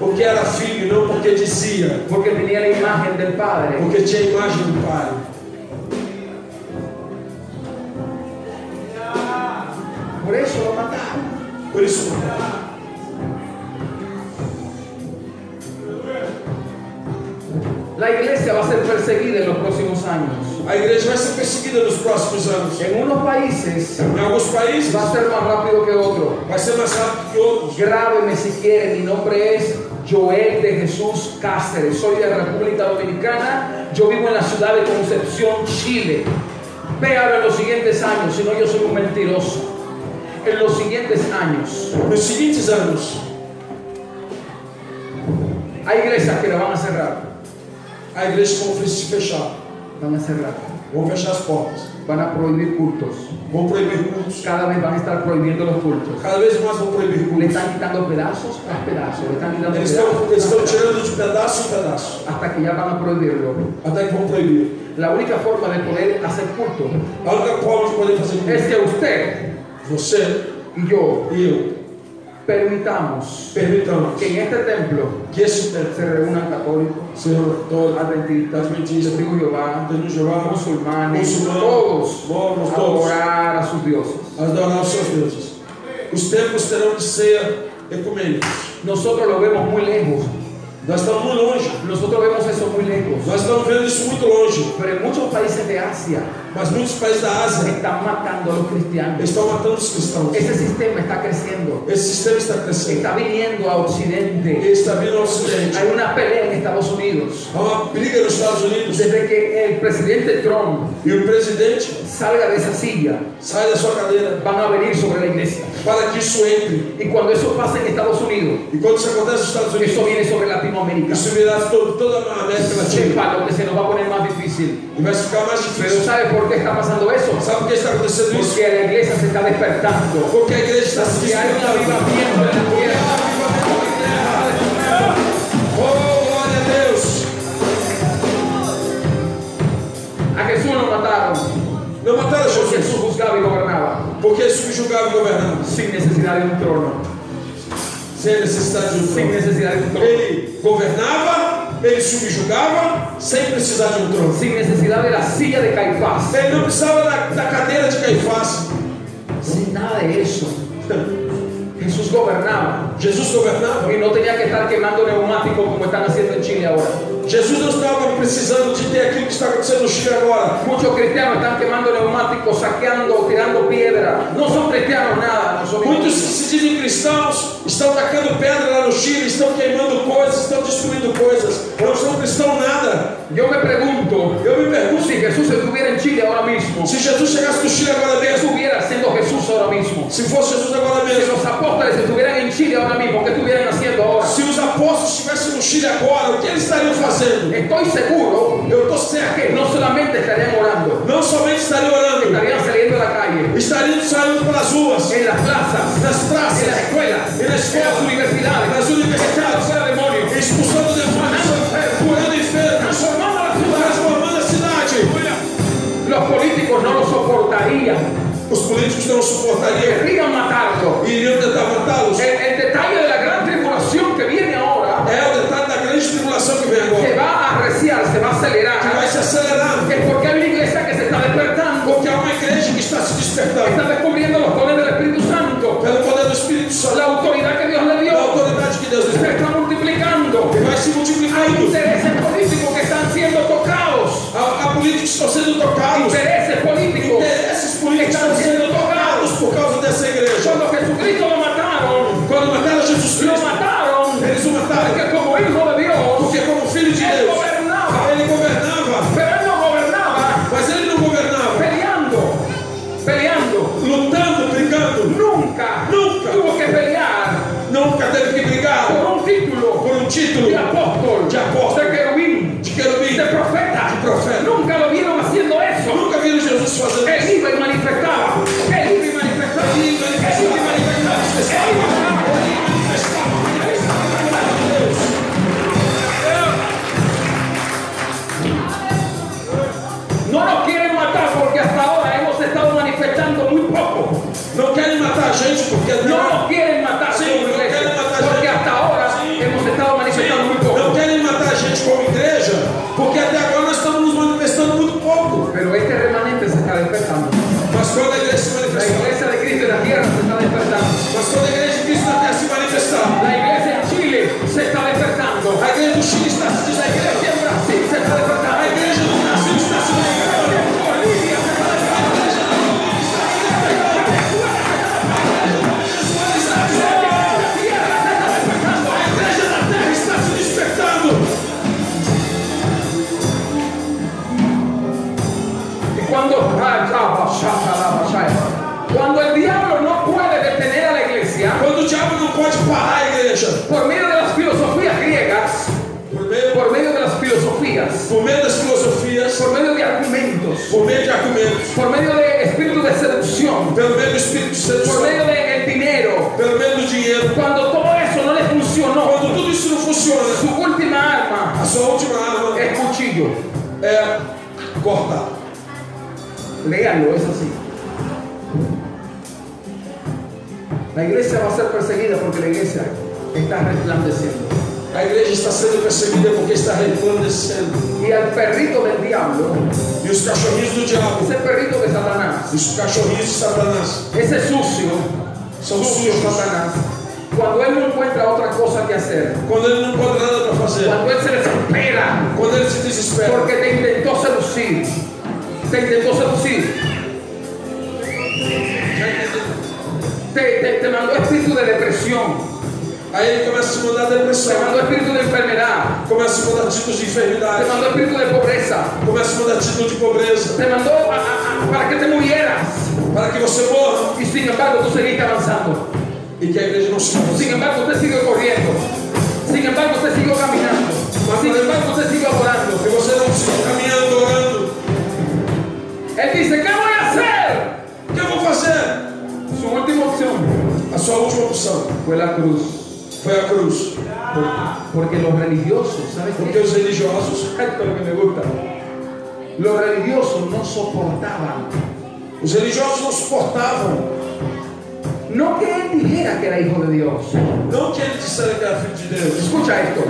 Porque era filho, não porque dizia. porque tenía la imagen del Padre. Porque tinha a imagem do Pai. Por eso lo mataron. Por isso, La iglesia va a ser perseguida en los próximos años. a igreja vai ser perseguida nos próximos anos. En unos países Em alguns países, va a ser más rápido que otro. vai ser mais rápido que outros. Grábeme si quieren, mi nombre es Joel de Jesús Cáceres, soy de la República Dominicana, yo vivo en la ciudad de Concepción, Chile. Véalo en los siguientes años, si no yo soy un mentiroso. En los siguientes años Nos seguintes anos, Hay iglesias que la van a cerrar, Há igrejas que vão se fechar, van a cerrar, vão fechar as portas, van a prohibir cultos. vão proibir cultos, Cada vez van a estar prohibiendo los cultos. cada vez mais vão proibir Le cultos. están quitando pedazos tras pedazos, le están quitando Eles pedazos. estão, eles tras estão pedazos, tirando de pedaço em pedaço, Hasta que ya van a prohibirlo. até que vão proibir. La única forma de poder hacer culto A única forma de poder fazer culto, es que usted você y yo e eu, permitamos permitamos que en este templo que esse tempo se reúnan católicos, seja todo adventistas, Adventistas, testigos de Jehová, de Jeová, musulmanes, muçulmanos, todos, todos, a todos. adorar a sus dioses. adorar os seus deuses. Os tempos terão de ser ecumênicos. Nosotros lo vemos muy lejos, Nós estamos muito longe, nosotros vemos eso muy lejos, nós estamos vendo isso muito longe, pero en muchos países de Asia mas muitos países da Ásia están matando a los cristianos. estão matando os cristãos. Ese sistema está creciendo, Esse sistema está crescendo. está viniendo a Ele Occidente. está vindo ao ocidente. Hay una pelea en Estados Unidos. Há uma briga nos Estados Unidos Desde que el presidente Trump e o presidente salga de essa silla, sai da sua cadeira van a venir sobre la iglesia. para que isso entre. Y cuando eso pasa en Estados Unidos, E quando isso acontece nos Estados Unidos, eso viene sobre Latinoamérica. isso virá todo, toda a América Latina Sepa lo que se nos va a poner más difícil. e vai ficar mais Pero difícil. ¿sabe por qué está pasando eso? Sabe por que está acontecendo isso? Porque la iglesia se está despertando. Porque a igreja está se Que hay un despertando. avivamiento en la tierra. um Oh, glória a Deus! A Jesús lo mataron. Não mataram Porque Jesús Jesus, juzgava y gobernaba porque ele subjugava e governava, sin necesidad de un trono. sem necessidade de um Sin trono. necesidad de un trono. Ele governava, ele subjugava, sem precisar de um trono. Sin necesidad de la silla de Caifás. Ele não precisava da, da cadeira de Caifás. Sin nada de eso. Jesús gobernaba. Jesus governava. Y no tenía que estar quemando neumáticos como están haciendo en Chile ahora. Jesus não estava precisando de ter aquilo que está acontecendo no Chile agora. Muchos cristianos están quemando neumáticos, saqueando, tirando piedra. No son cristianos nada, no son Muitos que se dizem cristãos estão tacando pedra lá no Chile, estão queimando coisas, estão destruindo coisas. Não são cristãos nada. Yo me pregunto, Eu me pergunto si Jesús estuviera en Chile ahora mismo, si se Jesus chegasse no Chile agora mesmo, estuviera siendo Jesús ahora mismo, se fosse Jesus agora si mesmo, los apóstoles estuvieran en Chile ahora mismo, ¿qué estuvieran haciendo ahora? se os apóstolos estivessem no Chile agora, o que eles estariam fazendo? Estoy seguro Eu estou que certo. no solamente estarían orando, Não somente estariam orando, estarían saliendo a la calle, estariam saindo pelas ruas, en las plazas, nas praças, en las escuelas, e nas en las escolas, universidades, nas universidades, fuera demonios. expulsando demônios, curando enfermos, transformando a cidade, transformando a cidade. Los políticos no lo soportarían. Os políticos não suportariam Querrían matarlo. e iriam tentar matá-los. El, el detalle de la gran tribulação que viene ahora É o detalhe da grande tribulação que vem se agora, va a arreciar, se va a que acelerar. vai se acelerar, Es porque hay una iglesia que se está despertando, porque há uma igreja que está se despertando. está descubriendo los poderes del Espíritu Santo, pelo poder do Espírito la Santo, autoridad que Dios le pela dio, autoridade que Deus lhe se deu, está multiplicando. que vai se multiplicando. Intereses políticos que están siendo tocados, Há, há políticos que estão sendo tocados, intereses políticos. interesses políticos estão sendo tocados por causa dessa igreja. Cuando Jesucristo lo mataron, Quando mataram Jesus lo Cristo, mataron, eles o mataram, porque como hijo de Dios, porque como filho de él Deus, gobernaba. ele governava, Pero él no gobernaba mas ele não governava, peleando, peleando. lutando, brigando, Nunca, Nunca. tuvo que pelear nunca teve que brigar por un título por um título de apóstol, De apóstol. de querubín, de querubim. de profeta. De profeta. Nunca lo vieron haciendo eso. Nunca viram Jesus fazendo Él isso. iba y manifestaba, él iba y manifestaba, él iba y manifestaba, él iba y manifestaba. No nos quieren matar porque hasta ahora hemos estado manifestando muy poco. Não querem matar a gente porque No nos quieren matar Sí, como no iglesia, quieren matar. porque hasta ahora hemos estado manifestando muy Não poco. querem matar a gente como igreja, porque até agora nós estamos nos manifestando muito pouco. Pero este remanente se está despertando. Mas quando a igreja se La manifestar, iglesia de Cristo en la tierra se está despertando. mas quando a igreja de Cristo na terra se manifestar, La iglesia en Chile se está despertando. a igreja do Chile está se La desligando, iglesia en Brasil se está a despertando. igreja do Brasil está se desligando, Bolivia se está a igreja da terra está se despertando. despertando. Sua última arma es cuchillo. é cortar. Léanlo, es así. La iglesia va a ser perseguida porque la iglesia está resplandeciendo. A igreja está sendo perseguida porque está resplandecendo. Y al perrito del diablo, E os cachorrinhos do diabo, esse perrito de Satanás, os cachorrinhos de Satanás, esse sucio, são sucio sujos. Satanás, cuando él no encuentra otra cosa que hacer, Quando ele não encontra nada para fazer, cuando él se desespera quando ele se desespera, porque te intentó seducir, te intentó seducir, te, te- te mandó espíritu de depresión, aí ele começa a te mandar te depressão, mandó espíritu de enfermedad, começa a te mandar títulos de te enfermidade, mandó espíritu de pobreza, começa a te mandar título de pobreza, te mandó a- a- a- para que te murieras. para que você morra Y sin embargo tú seguiste avanzando. e que a igreja não se Sin embargo usted sigue corriendo. Sin embargo usted sigue caminando. Sin embargo usted sigue adorando. E você não se caminhando, orando. Él dice, ¿qué voy a hacer? O que eu vou fazer? Su última opción A sua última opção fue la cruz. foi a cruz. Por- Porque los religiosos, ¿sabes Porque qué? os religiosos, Esto es lo que me gusta. Los religiosos no soportaban. os religiosos não suportavam. No que él dijera que era hijo de Dios. Não que ele dissera que era filho de Deus. Escucha esto.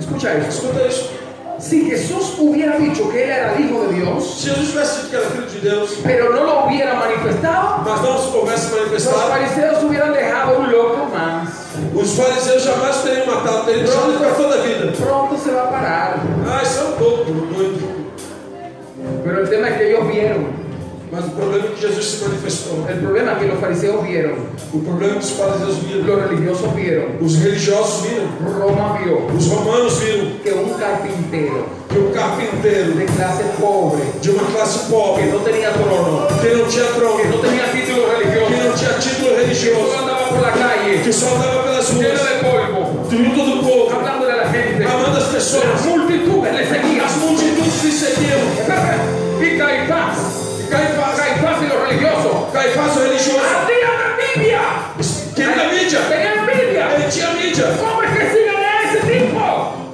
Escucha esto. Escuta isso. Si Jesús hubiera dicho que él era el hijo de Dios, Se Jesus tivesse dito que era filho de Deus, pero no lo hubiera manifestado, mas não se houvesse Los manifestado, fariseos hubieran dejado un loco más. os fariseus jamais teriam matado, teriam deixado ele para toda a vida. Pronto se va a parar. Ah, são todos doido. Pero el tema es que ellos vieron. Mas o problema é que Jesus se manifestou. El problema es que los fariseos vieron. O problema é que os fariseus viram. Los religiosos vieron. Os religiosos viram. Roma vio Os romanos viram que un carpintero que o carpinteiro de clase pobre, de uma classe que pobre, no tenía trono, que não tinha que trono, no tenía título que religioso, não tinha título que solo religioso, andaba por la calle, que só andava pelas lleno ruas, de polvo, tributo do povo, hablándole a la gente. amando as Las pessoas, multitudes le seguían. as multitudes lhe seguiam. Y Caifás, E Caifás, Caifás y los religiosos, Caifás o religioso, ¡Ardían envidia! queria mídia, Tenía envidia. ele tinha mídia. Hombres que sigan a ese tipo.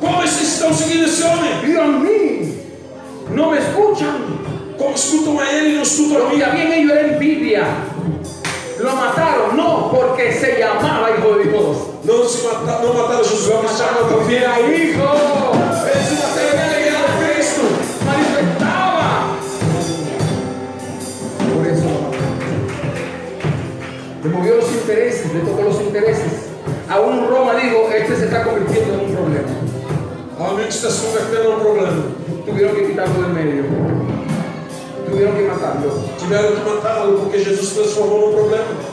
Como eles estão seguindo esse homem? Y a mí no me escuchan. Como escutam a ele e não escutam a Lo mim? que había en ellos era envidia. Lo mataron, no porque se llamaba hijo de Dios. Não se mataram, não mataram Jesus, não mataram a Porque vida. era hijo. Eles se mataram na alegria de Cristo. Manifestaba. Por eso lo mataron. Le movió los intereses, le tocó los intereses. Aún Roma digo, este se está convirtiendo en un problema. O amigo está se convertendo a um problema. Tuvieron que quitarlo del medio. Tuvieron que matarlo. Tiveram que matá-lo porque Jesus transformou num problema.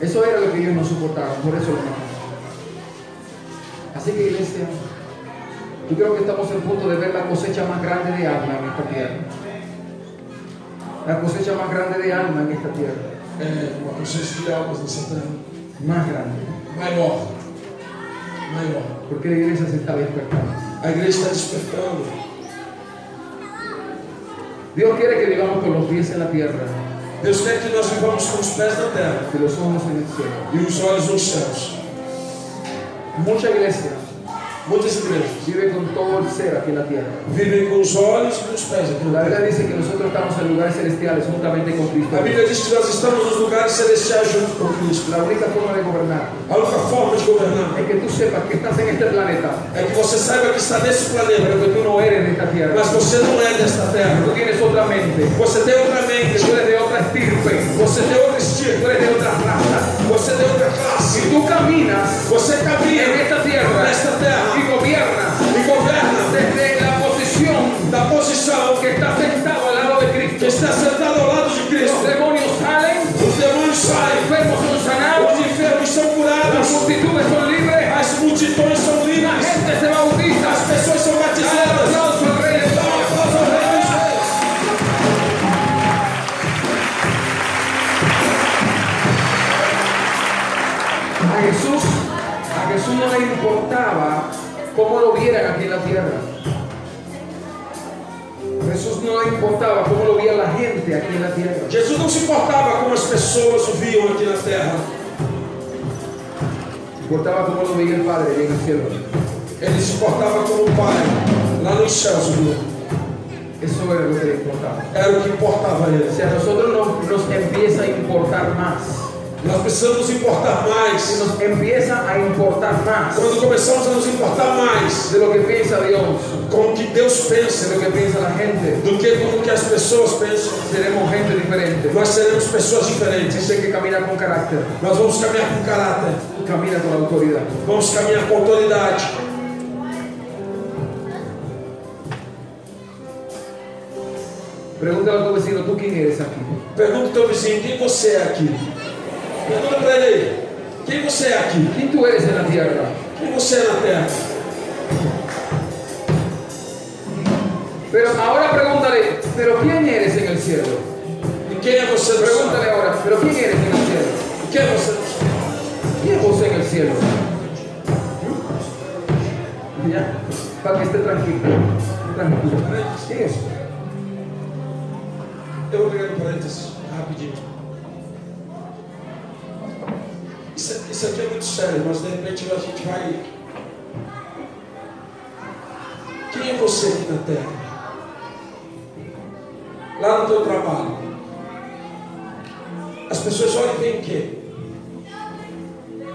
Eso era lo que ellos no soportaban, por eso lo mataron. Así que iglesia, yo creo que estamos en punto de ver la cosecha más grande de alma en esta tierra. La cosecha más grande de alma en esta tierra. É uma consciência de almas nessa terra. Más grande. Maior. Maior. Porque la iglesia se está despertando. A igreja está despertando. Dios quiere que vivamos con los pies en la tierra Deus quer que nós vivamos com os pés na terra y los ojos en el cielo. e os olhos nos céus. Mucha iglesia Muitas igrejas vive con todo el ser aquí en la tierra. vivem com os olhos e com os pés aqui na La terra. Biblia dice que nosotros estamos en lugares celestiales juntamente con Cristo. A Bíblia diz que nós estamos nos lugares celestiais junto com Cristo. La única forma de gobernar A única forma de governar es que tú sepas que estás en este planeta é que você saiba que está nesse planeta, pero que tú no eres de esta tierra. mas você não é desta Tú terra. tienes otra mente, Você tem outra tú mente, eres de otra estirpe, você tem outro estilo, tú eres de otra raza. você tem outra Si classe. tú caminas Você en caminha esta tierra nesta terra y gobiernas e governa desde la posición da posição que está sentado al lado de que Cristo, está sentado ao lado de los Cristo. demonios salen, Os demônios saem, enfermos son sanados, os enfermos são las curados, multitudes son libres, as multidões são la livres, gente se bautiza, as pessoas são dale el batizadas. aplauso al Rey de Dá um Gloria. aplauso ao Rei dos Reis. A Jesús, a Jesús no le importaba cómo lo vieran aquí en la tierra. Jesús no le importaba cómo lo veía la gente aquí en la tierra. Jesus não se importava como as pessoas o viam aqui na terra. Cortaba como lo veía el Padre allá en el cielo. Ele se portava como um pai, lá nos céus, viu? Eso era lo que le importaba. Era o que importava a O ele. sea, a nosotros nos, nos empieza a importar más. Nós precisamos nos importar mais. Nos empieza a importar más Quando começamos a nos importar mais de lo que piensa Dios, com o que Deus de pensa né? lo que piensa la gente. do que com o que as pessoas pensam, Seremos gente diferente. nós seremos pessoas diferentes. Gente que camina con carácter, Nós vamos caminhar com caráter, camina con autoridad. vamos caminhar com autoridade. Pregúntale a tu vecino, ¿tú quién eres aquí? Pergunta ao teu vizinho quem você é aqui. Pergunta para ele quem você é aqui, ¿Quién tú eres en la tierra? quem você é na terra. Pero ahora pregúntale, ¿pero quién eres en el cielo? E quem é você no céu? Pregúntale ahora, ¿pero quién eres en el cielo? E Quem é você no céu? ¿Quién es vos en el cielo? ¿Mm? Ya, para que esté tranquilo. Tranquilo. ¿Quién es? Eu vou pegar um parênteses rapidinho. Isso, isso aqui é muito sério, mas de repente a gente vai. Quem é você aqui na Terra? Lá no teu trabalho. As pessoas olham e veem o quê?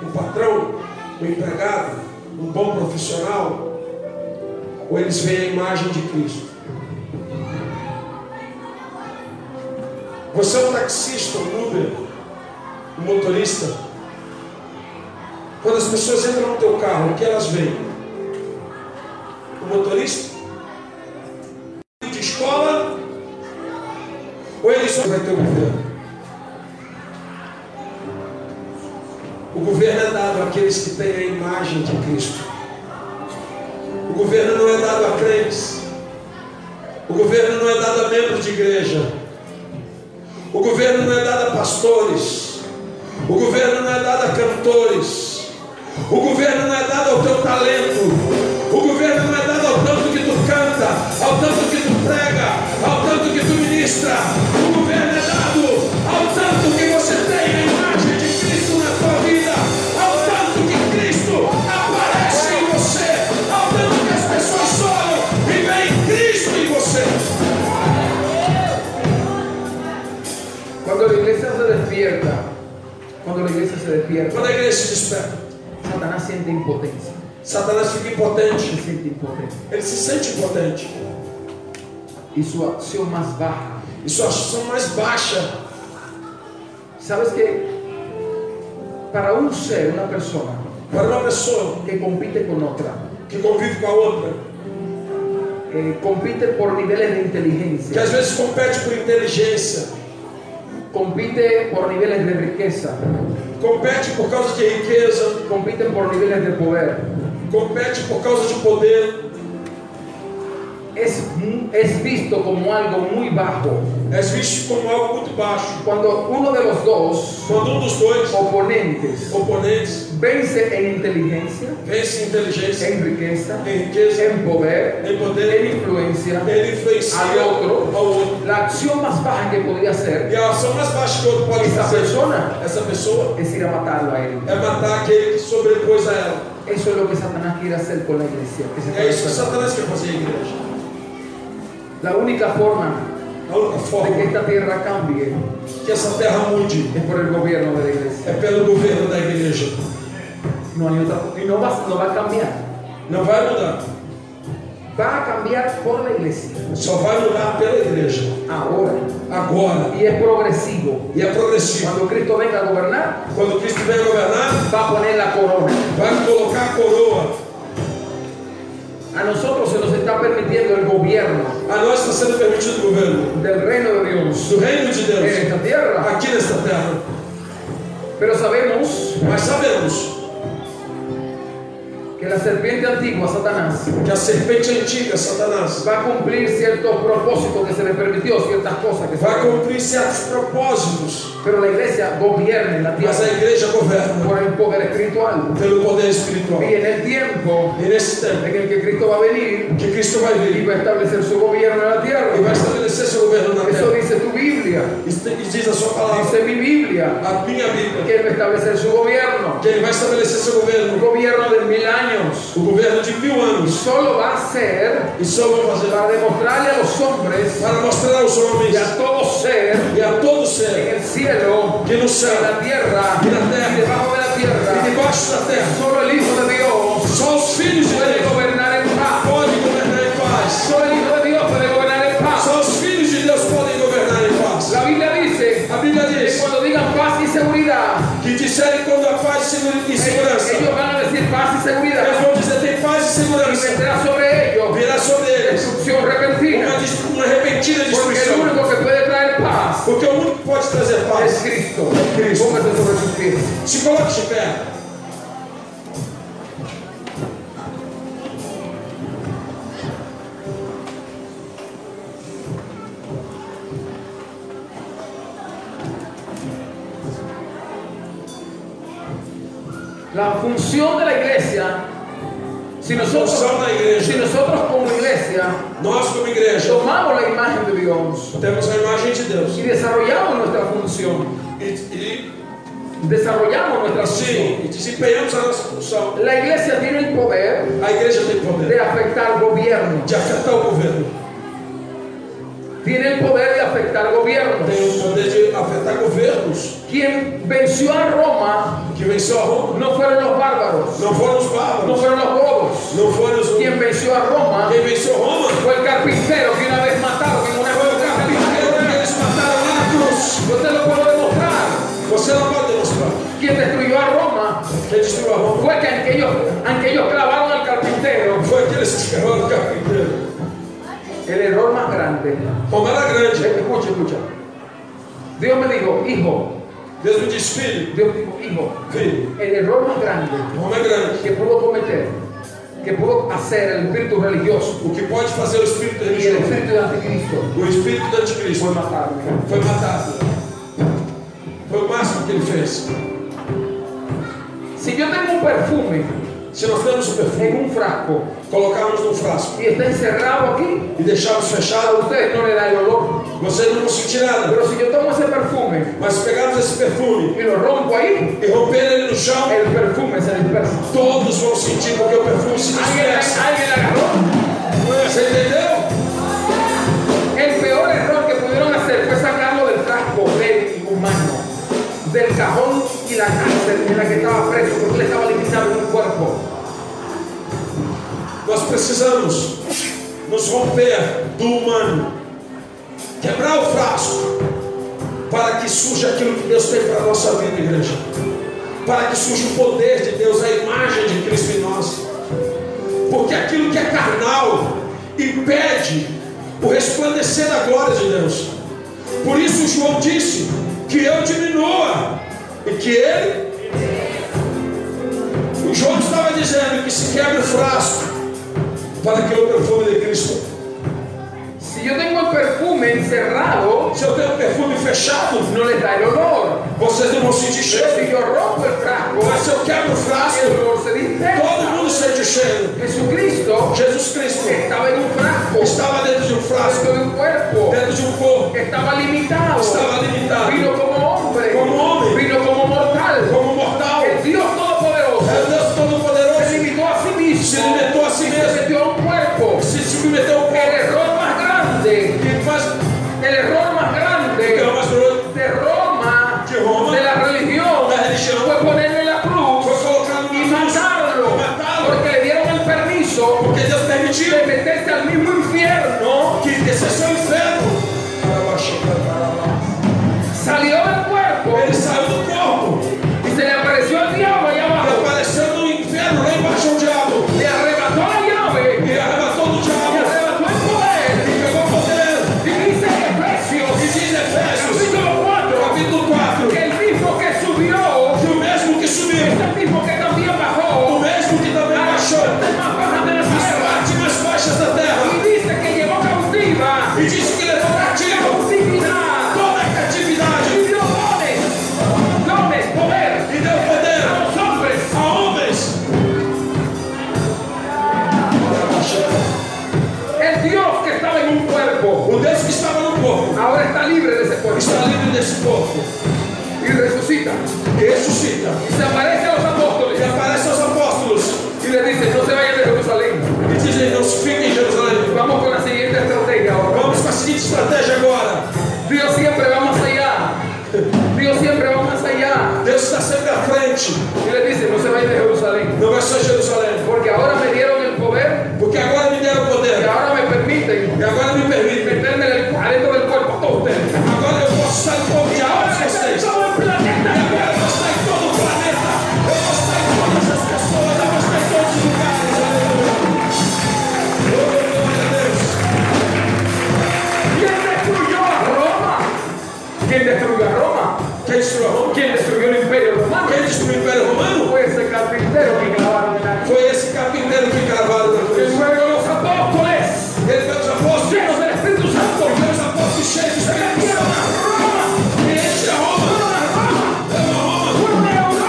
Um patrão? Um empregado? Um bom profissional? Ou eles veem a imagem de Cristo? Você é um taxista, um Uber, um motorista. Quando as pessoas entram no teu carro, o que elas veem? O motorista? Filho De escola? Ou ele só vai ter o governo? O governo é dado àqueles que têm a imagem de Cristo. O governo não é dado a crentes. O governo não é dado a membros de igreja. O governo não é dado a pastores. O governo não é dado a cantores. O governo não é dado ao teu talento. O governo não é dado ao tanto que tu canta, ao tanto que tu prega, ao tanto que tu ministra. O governo é dado ao tanto que você tem a imagem de Cristo na tua vida, ao tanto que Cristo aparece em você, ao tanto que as pessoas olham e veem Cristo em você. Cuando la iglesia se despierta, cuando la iglesia se despierta, Quando a igreja se desperta, Satanás siente impotencia. Satanás fica Se impotente. siente impotente. Ele se sente impotente. Y su acción más baja. E sua ação mais baixa. ¿Sabes qué? Para un ser, una persona Para uma pessoa que compite con otra, que convive com a outra, eh, compite por niveles de que às inteligencia, vezes compete por inteligência, compite por niveles de riqueza, compete por causa de riqueza, compiten por niveles de poder. compete por causa de poder, Es, es visto como algo muy bajo. é visto como algo muito baixo. Cuando uno de los dos Quando um dos dois oponentes componentes vence en inteligencia, vence em inteligência, en riqueza, em riqueza, en poder, em poder, en influencia, ele influencia Ao outro. ao outro. la acción más baja que podría hacer E a ação mais baixa que o outro pode esa fazer, persona essa pessoa, es ir a matarlo a él. é matar aquele que sobrepôs a ela. Eso es lo que Satanás quiere hacer con la iglesia. que se É isso que parezca. Satanás quer fazer à igreja. La única forma A única de que forma esta tierra cambie que essa terra mude es por el gobierno de la iglesia. é pelo governo da igreja. No hay otra. Y no va, no va a cambiar. Não vai mudar, Va a cambiar por la iglesia. só vai mudar pela igreja. Ahora. Agora. Y es progresivo. E é progressivo. Cuando Cristo venga a gobernar, Quando Cristo vem governar, va a poner la corona. vai colocar a coroa. A nosotros se nos está permitiendo el gobierno A nós está sendo permitido o governo del reino de Dios do reino de en Deus esta tierra. aqui nesta terra. Pero sabemos Mas sabemos que la la serpiente antigua, Satanás, que a serpente antiga, Satanás, va a cumplir ciertos propósitos que se le permitió, ciertas cosas que se vai cumprir certos propósitos, Pero la iglesia gobierna en la mas a tierra igreja governa por el poder espiritual. pelo poder espiritual. Y en el tiempo E nesse tempo en el que Cristo va a venir que Cristo vai y vir va a establecer su gobierno en la tierra, e vai estabelecer seu governo na eso terra, dice tu Biblia, Isso tem- e diz a sua palavra, dice mi Biblia, a minha que Bíblia, él va a establecer su gobierno, que ele vai estabelecer seu un governo, gobierno de mil años. o governo de mil Y anos. solo va a ser E só vou fazer para demostrarle a los hombres para mostrar aos homens y a todo ser e a todo en ser el cielo, que no en sea la tierra, en la tierra, y debajo de la e tierra, debaixo da terra, solo el Hijo de Dios só os filhos de puede Deus gobernar en paz. podem governar em paz. Solo el Hijo de Dios puede gobernar en paz. Só os filhos de Deus podem governar em paz. La Biblia dice A Bíblia que diz cuando digan paz y seguridad, que disserem quando há paz e segura- e segurança. ellos van a decir paz y Eles seguridad. vão dizer tem paz e Y segurança. vendrá sobre ellos Virá sobre eles destrucción uma, repentina. dis- uma repentina Porque el destruição. único que puede traer paz Porque o único que pode trazer es paz. Cristo. Póngase sobre sus pies. Se coloque de pé. La función de la iglesia, si nosotros, Función de la iglesia. si nosotros como iglesia Nós, como igreja, tomamos la imagen de Dios temos a imagem de Deus. y desarrollamos nuestra función, E, e, desarrollamos nuestra función, sim, e desempenhamos a nossa função. la iglesia tiene el poder A igreja tem poder de afectar gobiernos, de afetar o governo. tiene el poder de afectar Tem o gobiernos. poder de afetar governos. Quien venció a Roma Que venceu a Roma. no fueron los bárbaros, Não foram os no bárbaros. fueron los bobos. Não foram os. Quien Quem venció a Roma venceu Roma fue el carpintero que una vez mataron en una foi o carpinteiro que eles mataram lá na cruz. Yo te lo puedo demostrar. Você não pode demonstrar. quien destruyó a Roma Quem destruiu a Roma fue que aunque ellos, aunque ellos clavaron al carpintero, foi aqueles que escavaram o carpinteiro. el error más grande. Roma era grande. Escucha, escucha. Deus me dijo, hijo, Deus me disse, filho, Dios me dijo, hijo, filho, el error más grande Roma é grande. que pudo cometer, que pudo hacer el espíritu religioso O que pode fazer o espírito y el religioso? espíritu de anticristo O espírito do anticristo fue matarme. foi matado. Foi o máximo que ele fez. Si yo tengo un perfume Se nós temos o en perfume, un frasco colocarmos num frasco y está encerrado aquí, e deixarmos a fechado, ustedes no le da el olor. você não sentir nada. Pero si yo tomo ese perfume Mas se pegarmos esse perfume y lo rompo ahí, e romper ele no chão, el perfume se dispersa. todos vão sentir porque o perfume se Alguien, dispersa. alguien agarró. Você entendeu? El peor error que pudieron hacer fue sacarlo del frasco del humano, del cajón y la cárcel en la que estaba preso, porque él estaba limitado en un cuerpo. Nós precisamos nos romper do humano, quebrar o frasco, para que surja aquilo que Deus tem para a nossa vida, igreja. Para que surja o poder de Deus, a imagem de Cristo em nós. Porque aquilo que é carnal impede o resplandecer da glória de Deus. Por isso João disse que eu diminua e que ele o João estava dizendo que se quebre o frasco para que é o perfume de Cristo. Si yo tengo el perfume encerrado, Se eu tenho o perfume fechado, no les da el olor. vocês não vão sentir Pero cheiro. si yo rompo el frasco, Mas se eu quebro o el frasco, olor se todo dispersa. mundo sente o cheiro. Jesucristo Jesus Cristo estaba en un frasco, estava dentro de um frasco, dentro de un cuerpo, dentro de um corpo, estaba limitado, estava limitado vino como hombre, Como homem. vino como mortal. como mortal. El É Dios o Todopoderoso. Deus se Todo-Poderoso limitó a sí que se mismo, limitou a si se mesmo, metió a un cuerpo. se submeteu ao El corpo. error más grande, E faz el error más que é grande mais pronto de Roma, De Roma. de la religión, La religión. fue ponerle la cruz foi colocado y no matarlo, matá-lo, porque le dieron el permiso porque Deus permitiu. de meterse al mismo infierno. Não, que intercessão inferno. Salió del cuerpo Ele saiu do corpo y se le apareció el diablo allá e abajo, apareceu no inferno, lá embaixo do diabo. le arrebató la llave, E arrebatou do le diabo. arrebató el E poder. pegou o poder. Y dice en E Efesios, diz Efésios, capítulo 4. capítulo 4, que el mismo que subió que o mesmo que subiu, es el mismo que también o bajó mesmo que também baixou, estratégia agora. Dios siempre va más allá. Dios siempre va más allá. Deus está sempre à frente. Y le dice, no se vayan de Jerusalén. Não é só Jerusalém. Porque ahora me dieron el poder Porque agora me deram y poder. ahora me permiten E agora me permitem. meterme en el, adentro del cuerpo a todos ustedes. Agora eu posso sair por de almas vocês. E agora eu vou sair em todo o planeta. Eu vou sair em todas as pessoas. Eu vou sair em todos os lugares. Aleluia. Oh, glória a Deus. ¿Quién destruyó a Roma? ¿Quién destruyó a Roma? Quem destruiu a Roma? ¿Quién destruyó el imperio romano? Quem destruiu o Império Romano? Fue ese carpintero que clavaron en la cruz. Foi esse carpinteiro que gravaram na Que cruz. luego los apóstoles, Ele foi os apóstolos. llenos del Espíritu Santo, Porque os apóstolos cheios do Espírito Santo. E este é Roma. É uma Roma. fueron a Europa,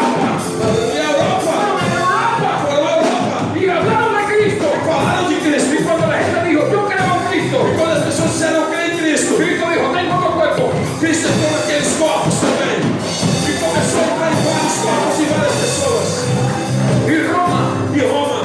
E a Europa. fueron é a Europa Foram a Europa. y hablaron de Cristo. Falaram de Cristo. Y cuando la gente dijo, yo creo en Cristo, Quando as pessoas disseram eu creio em Cristo, Cristo dijo, tengo otro cuerpo. Cristo entrou naqueles corpos também. E começou a entrar em vários corpos e várias pessoas. Y Roma E Roma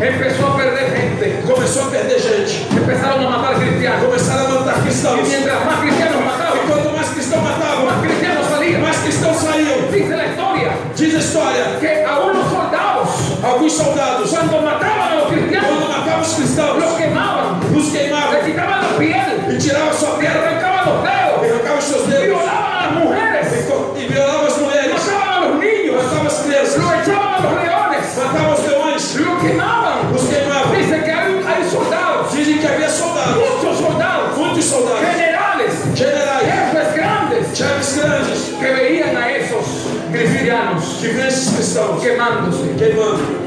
empezó a perder gente. começou a perder gente. Empezaron a matar cristianos. Começaram a matar Y cristãos. E mientras más cristianos mataban, quanto mais cristãos más matavam, cristianos salían. mais cristãos saíam. Dice la historia Diz a história: que aún los soldados, alguns soldados, "Ah, cuando mataban a los cristianos, quando matavam os los cristãos, quemaban, os le queimavam quitaban la piel, e tiravam sua le perna, arrancaban los e dedos, arrancavam os seus dedos, violaban a las mujeres, e co- e violavam as mulheres, mataban a los niños, matavam as crianças, lo echaban a los leones, matavam os leões, lo quemaban. os queimavam. Dice que hay, hay soldados, Dizem que havia soldados, muchos soldados, muitos soldados, generales, generais, jefes grandes, chefes grandes, que veían a esos cristianos que vêem esses cristãos quemándose. queimando.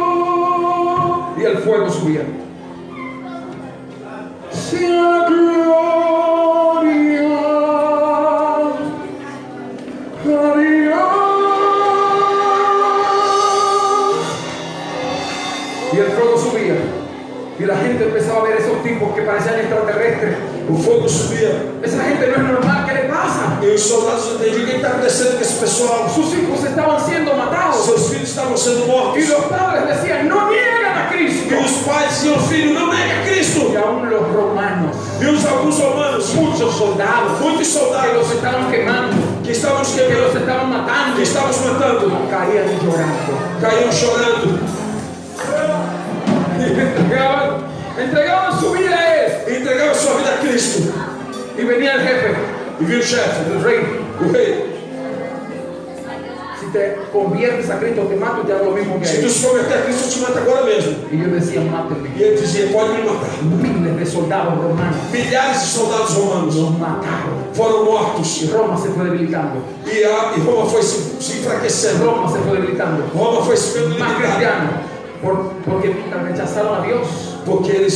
Adiós. Y el fuego subía. Sea la gloria. Adiós. Y el fuego subía. Y la gente empezaba a ver esos tipos que parecían extraterrestres. O fogo subia. Esa gente no es normal. ¿Qué le pasa? E os soldados não entendiam o que está acontecendo com esse pessoal. Sus hijos estaban siendo matados. Seus filhos estavam sendo Y mortos. los padres decían, no niegan a E Cristo. os pais diziam, filho, não nega Cristo. Y aún los romanos, E os alguns romanos, muitos soldados, muitos que soldados los estaban quemando, que estavam os que los queimando, estaban matando, que estavam os matando, caían llorando. caíam chorando. Y entregaban, entregaban su vida a él. E entregavam sua vida a Cristo. Y venía el jefe, E viu o chefe, el rey. o rei, Si te conviertes a Cristo, te mato y te hago lo mismo que a se tu él. se converter a Cristo, eu te mato agora mesmo. Y yo decía, mátenme. E ele dizia, pode me matar. Miles de soldados romanos Milhares de soldados romanos los mataron. foram mortos Y Roma se fue debilitando. e, a, e Roma foi se, se enfraquecendo. Roma se fue debilitando. Roma foi se vendo Más limitada cristianos, por- porque rechazaron a Dios, porque eles,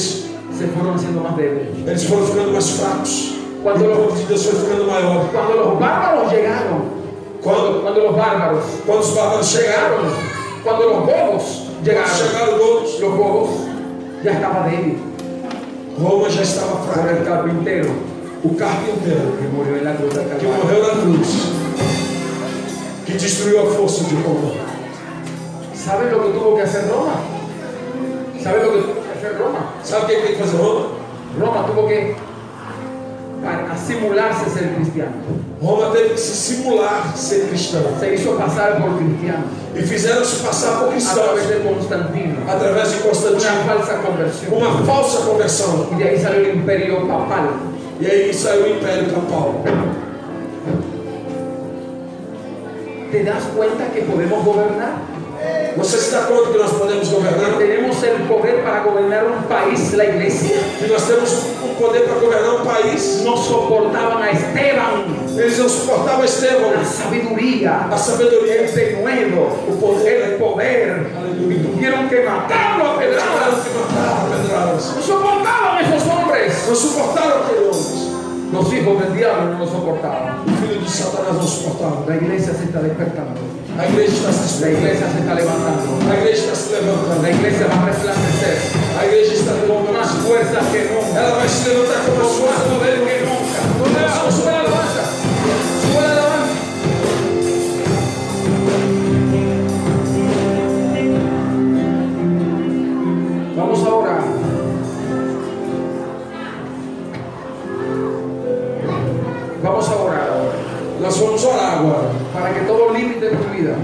se fueron haciendo más débiles. eles foram ficando mais fracos. Quando- Quando o povo de Deus foi ficando maior. Cuando los bárbaros llegaron, cuando, Quando, cuando los bárbaros quando os bárbaros chegaram, llegaron, cuando los bobos quando llegaron, chegaram todos, los bobos ya estaba débil Roma já estava por fraca. el carpintero O carpinteiro que murió en la cruz del que Calvario. morreu na cruz, que destruiu a força de Roma. ¿Saben lo que tuvo que hacer Roma? ¿Saben lo que tuvo que hacer Roma? Sabe o que tem que fazer Roma? Roma tuvo que para simularse ser cristiano. Roma teve que se simular ser cristão. Se hizo pasar por cristiano E fizeram-se passar por a través cristãos de Constantino, através de Constantino. una falsa conversión. uma falsa conversão. Y de ahí salió el imperio papal. E aí saiu o Império Papal. ¿Te das cuenta que podemos gobernar? Você se dá conta que nós podemos governar? Tenemos el poder para gobernar un país, la iglesia. Que nós temos o poder para governar um país? No soportaban a Esteban Eles não suportavam Estevão, la sabiduría, a sabedoria. el denuedo, el poder. Y tuvieron que matarlo a Claro pedradas. que mataram pedradas. No soportaban esos hombres. Não suportaram aquele homem. Los hijos del diablo no lo soportavam. O filho de Satanás não suportava. La iglesia se está despertando. A igreja está se La despertando. iglesia se está levantando. A igreja está se La levantando. iglesia va a resplandecer A igreja está con levantando. más fuerza que nunca. Ela vai se levantar com Con a más sua poder que nunca. ¿Dónde vamos? Sube la alabanza. Sube la alabanza. Vamos a orar. de tu vida.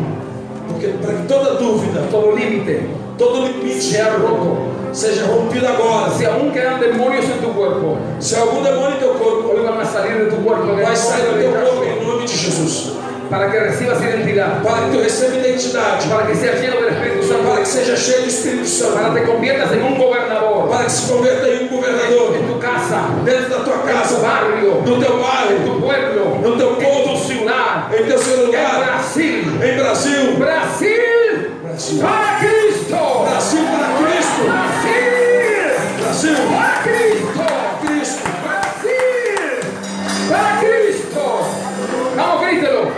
Porque para que toda dúvida, Todo límite todo limite sea roto. seja rompido agora. Si aún quedan demonios en tu cuerpo, Se algum demônio em teu corpo, hoy van a salir de tu cuerpo. en el vai sair do nombre teu de corpo Cristo, em nome de Jesus. Para que recibas identidad. Para que tu receba identidade, Para que seas lleno del Espíritu Santo. para que seja cheio do Espírito Para Santo, que te conviertas en un gobernador. para que se converta em um governador En tu casa, dentro da tua en casa, tu barrio, no teu en bairro, tu pueblo, no teu en tu povo, ciudad, em teu en celular, Brasil. em Brasil. Brasil Brasil para Cristo. Brasil para Cristo. Brasil Brasil para Cristo. para Cristo. Brasil para Cristo. Vamos, grítelo.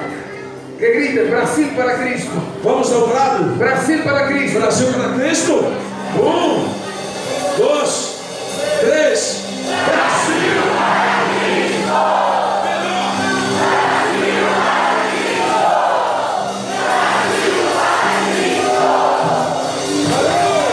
Que grite Brasil para Cristo. Vamos ao brado. Brasil para Cristo. Brasil para Cristo. Um, dois, três. Brasil para Cristo. Melhor.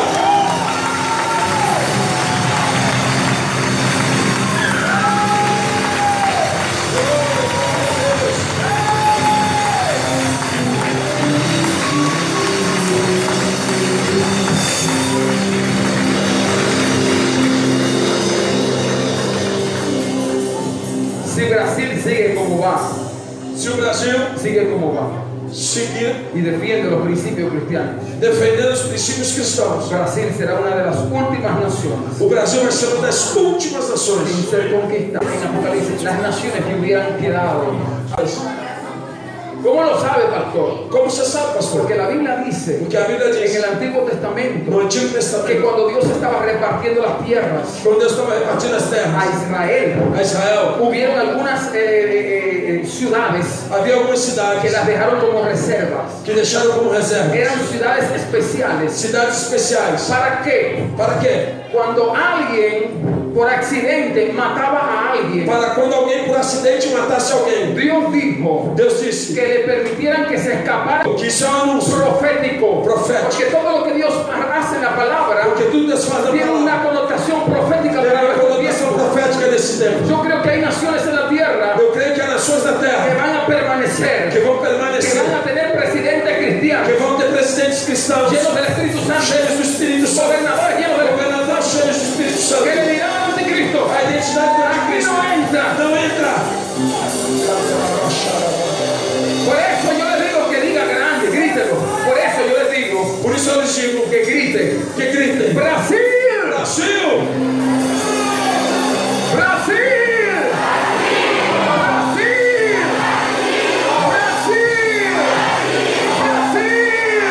Si Brasil sigue como va, Brasil. Se o Brasil sigue como va seguir y defiende los principios cristianos, defendendo os princípios cristãos, Brasil será una de las últimas naciones o Brasil vai ser uma das últimas en nações. ser conquistada. En Apocalipsis, las naciones que hubieran quedado. ¿Cómo lo sabe, pastor? Como você sabe, pastor? Porque la Biblia dice Porque a Bíblia en diz el Antiguo Testamento no Antigo que Testamento, cuando Dios estaba repartiendo las tierras quando Deus estava repartindo as a terras Israel, a Israel, hubieron algunas eh, eh, eh, ciudades havia algumas que cidades las dejaron como reservas. que deixaram como reserva Eran ciudades especiales. cidades especiais. ¿Para qué? Para quê? Cuando alguien por accidente mataba a alguien, Para quando alguém por acidente matasse alguém. Dios dijo Deus disse que le permitieran que se escapara que isso é um anúncio profético. Porque profético. todo lo que Dios hace en la palabra É Porque tudo que Deus faz na tiene palavra una connotación profética tem uma para nuestro conotação tiempo. profética nesse tempo. Yo creo que hay naciones en la tierra Eu creio que há nações da que terra van a que permanecer, vão que permanecer van a tener presidentes cristianos que vão ter presidentes cristãos llenos del Espíritu cheios do Santo, Espírito Santo, gobernadores llenos del Espíritu governador cheios do Espírito Santo, que Santo. le dirán al anticristo, A identidade do aquí anticristo no entra. não é. entra. Por eso yo les digo que diga grande, grítelo. Por eso yo les digo Por isso eu lhes digo que griten. que gritem: Brasil, Brasil! Brasil, Brasil, Brasil, Brasil.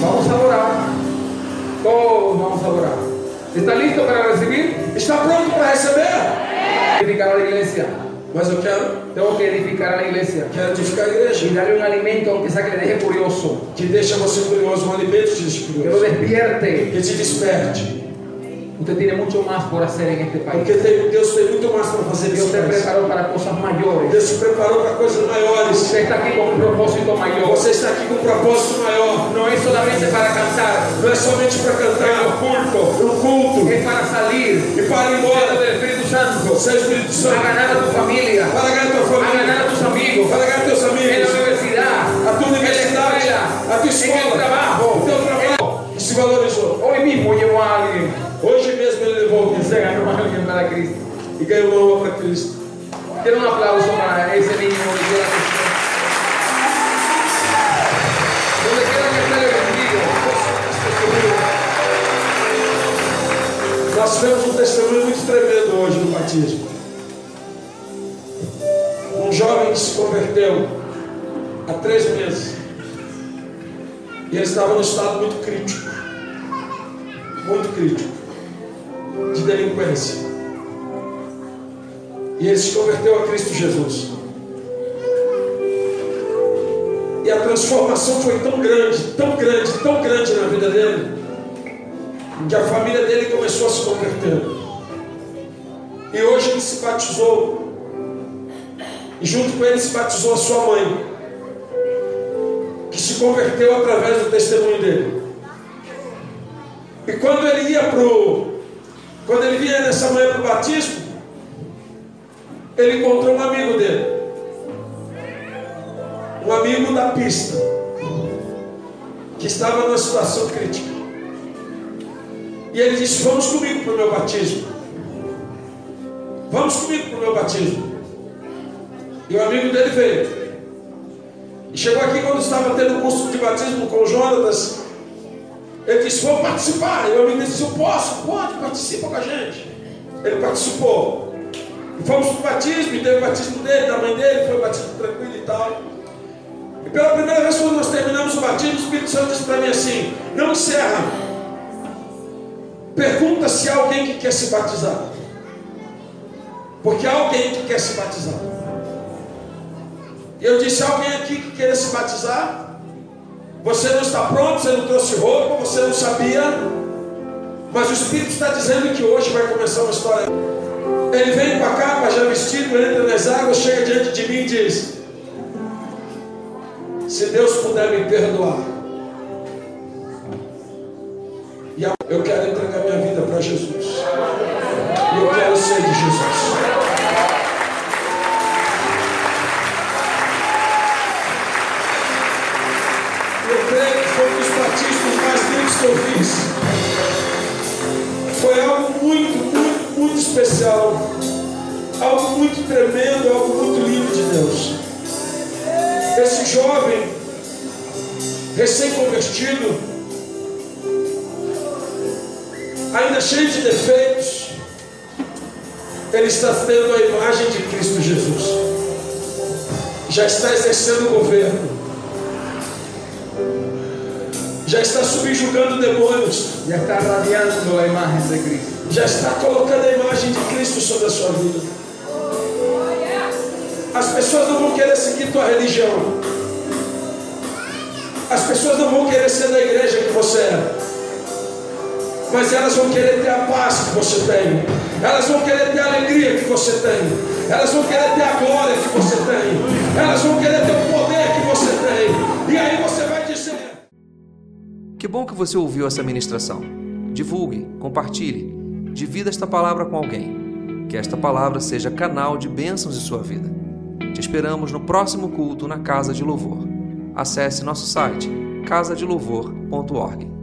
Vamos a orar. Todos vamos a orar. ¿Está listo para recibir? Está pronto para receber? Edificar a la iglesia. Mas eu quero, Tengo que edificar a la iglesia. quero edificar a igreja. Y darle un alimento, aunque sea que le deje curioso. Que deixa você curioso, um alimento te deixa Que lo curioso. despierte. Que te desperte. Usted tiene mucho más por hacer en este país. Porque tem- Deus tem muito mais para fazer Dios nesse te país. preparó para cosas mayores. Deus te preparou para coisas maiores. Usted está aquí con un propósito mayor. Você está aqui com um propósito maior. No es solamente para cantar, Não é somente para cantar culto. no culto es para salir. e para ir Lleno embora. del Espíritu Santo. Você é Espírito A Santo. ganar a tu familia. Para ganhar tua A ganar família. a tus amigos. Para ganhar teus en la amigos. universidad, A tua universidade. A tua en el escola. trabajo. O teu trabalho. Se valorizou. Hoy mismo llevo a alguien, Hoje mesmo ele levou o se pincel ganó a alguien para Cristo. e ganhou uma honra para Cristo. Quiero un aplauso para ese niño que quiera que esté. Donde quiera que esté, le bendigo. Nós tivemos um testemunho muito tremendo hoje no batismo. Um jovem que se converteu há três meses. E ele estava num estado muito crítico. Muito crítico. De delinquência. E ele se converteu a Cristo Jesus. E a transformação foi tão grande, tão grande, tão grande na vida dele, que a família dele começou a se converter. E hoje ele se batizou. E junto com ele se batizou a sua mãe, que se se converteu através do testemunho dele. E quando ele ia pro, quando ele vinha nessa manhã para o batismo, ele encontrou um amigo dele, um amigo da pista, que estava numa situação crítica. E ele disse: Vamos comigo para o meu batismo. Vamos comigo para o meu batismo. E o amigo dele veio. E chegou aqui quando estava tendo o curso de batismo com o Jonatas. Ele disse, vou participar. E o amigo disse, eu posso, pode, participa com a gente. Ele participou. E fomos para o batismo, e teve o batismo dele, da mãe dele, foi um batismo tranquilo e tal. E pela primeira vez quando nós terminamos o batismo, o Espírito Santo disse para mim assim, não encerra. Pergunta se há alguém que quer se batizar. Porque há alguém que quer se batizar. E eu disse, há alguém aqui que queira se batizar? Você não está pronto, você não trouxe roupa, você não sabia. Mas o Espírito está dizendo que hoje vai começar uma história. Ele vem com a capa já vestido, entra nas águas, chega diante de mim e diz: Se Deus puder me perdoar, e eu quero entregar minha vida para Jesus. E eu quero ser de Jesus. Eu creio que foi um dos batismos mais lindos que eu fiz. Foi algo muito, muito, muito especial. Algo muito tremendo, algo muito lindo de Deus. Esse jovem, recém-convertido, ainda cheio de defeitos, ele está tendo a imagem de Cristo Jesus. Já está exercendo o governo já está subjugando demônios, Ya está radiando la imagen de Cristo. já está colocando a imagem de Cristo sobre a sua vida. As pessoas não vão querer seguir tua religião. As pessoas não vão querer ser da igreja que você é. Mas elas vão querer ter a paz que você tem. Elas vão querer ter a alegria que você tem. Elas vão querer ter a glória que você tem. Elas vão querer ter o poder que você tem. E aí você vai dizer. Que bom que você ouviu essa ministração. Divulgue, compartilhe, divida esta palavra com alguém. Que esta palavra seja canal de bênçãos em sua vida. Te esperamos no próximo culto na Casa de Louvor. Acesse nosso site casadelouvor.org.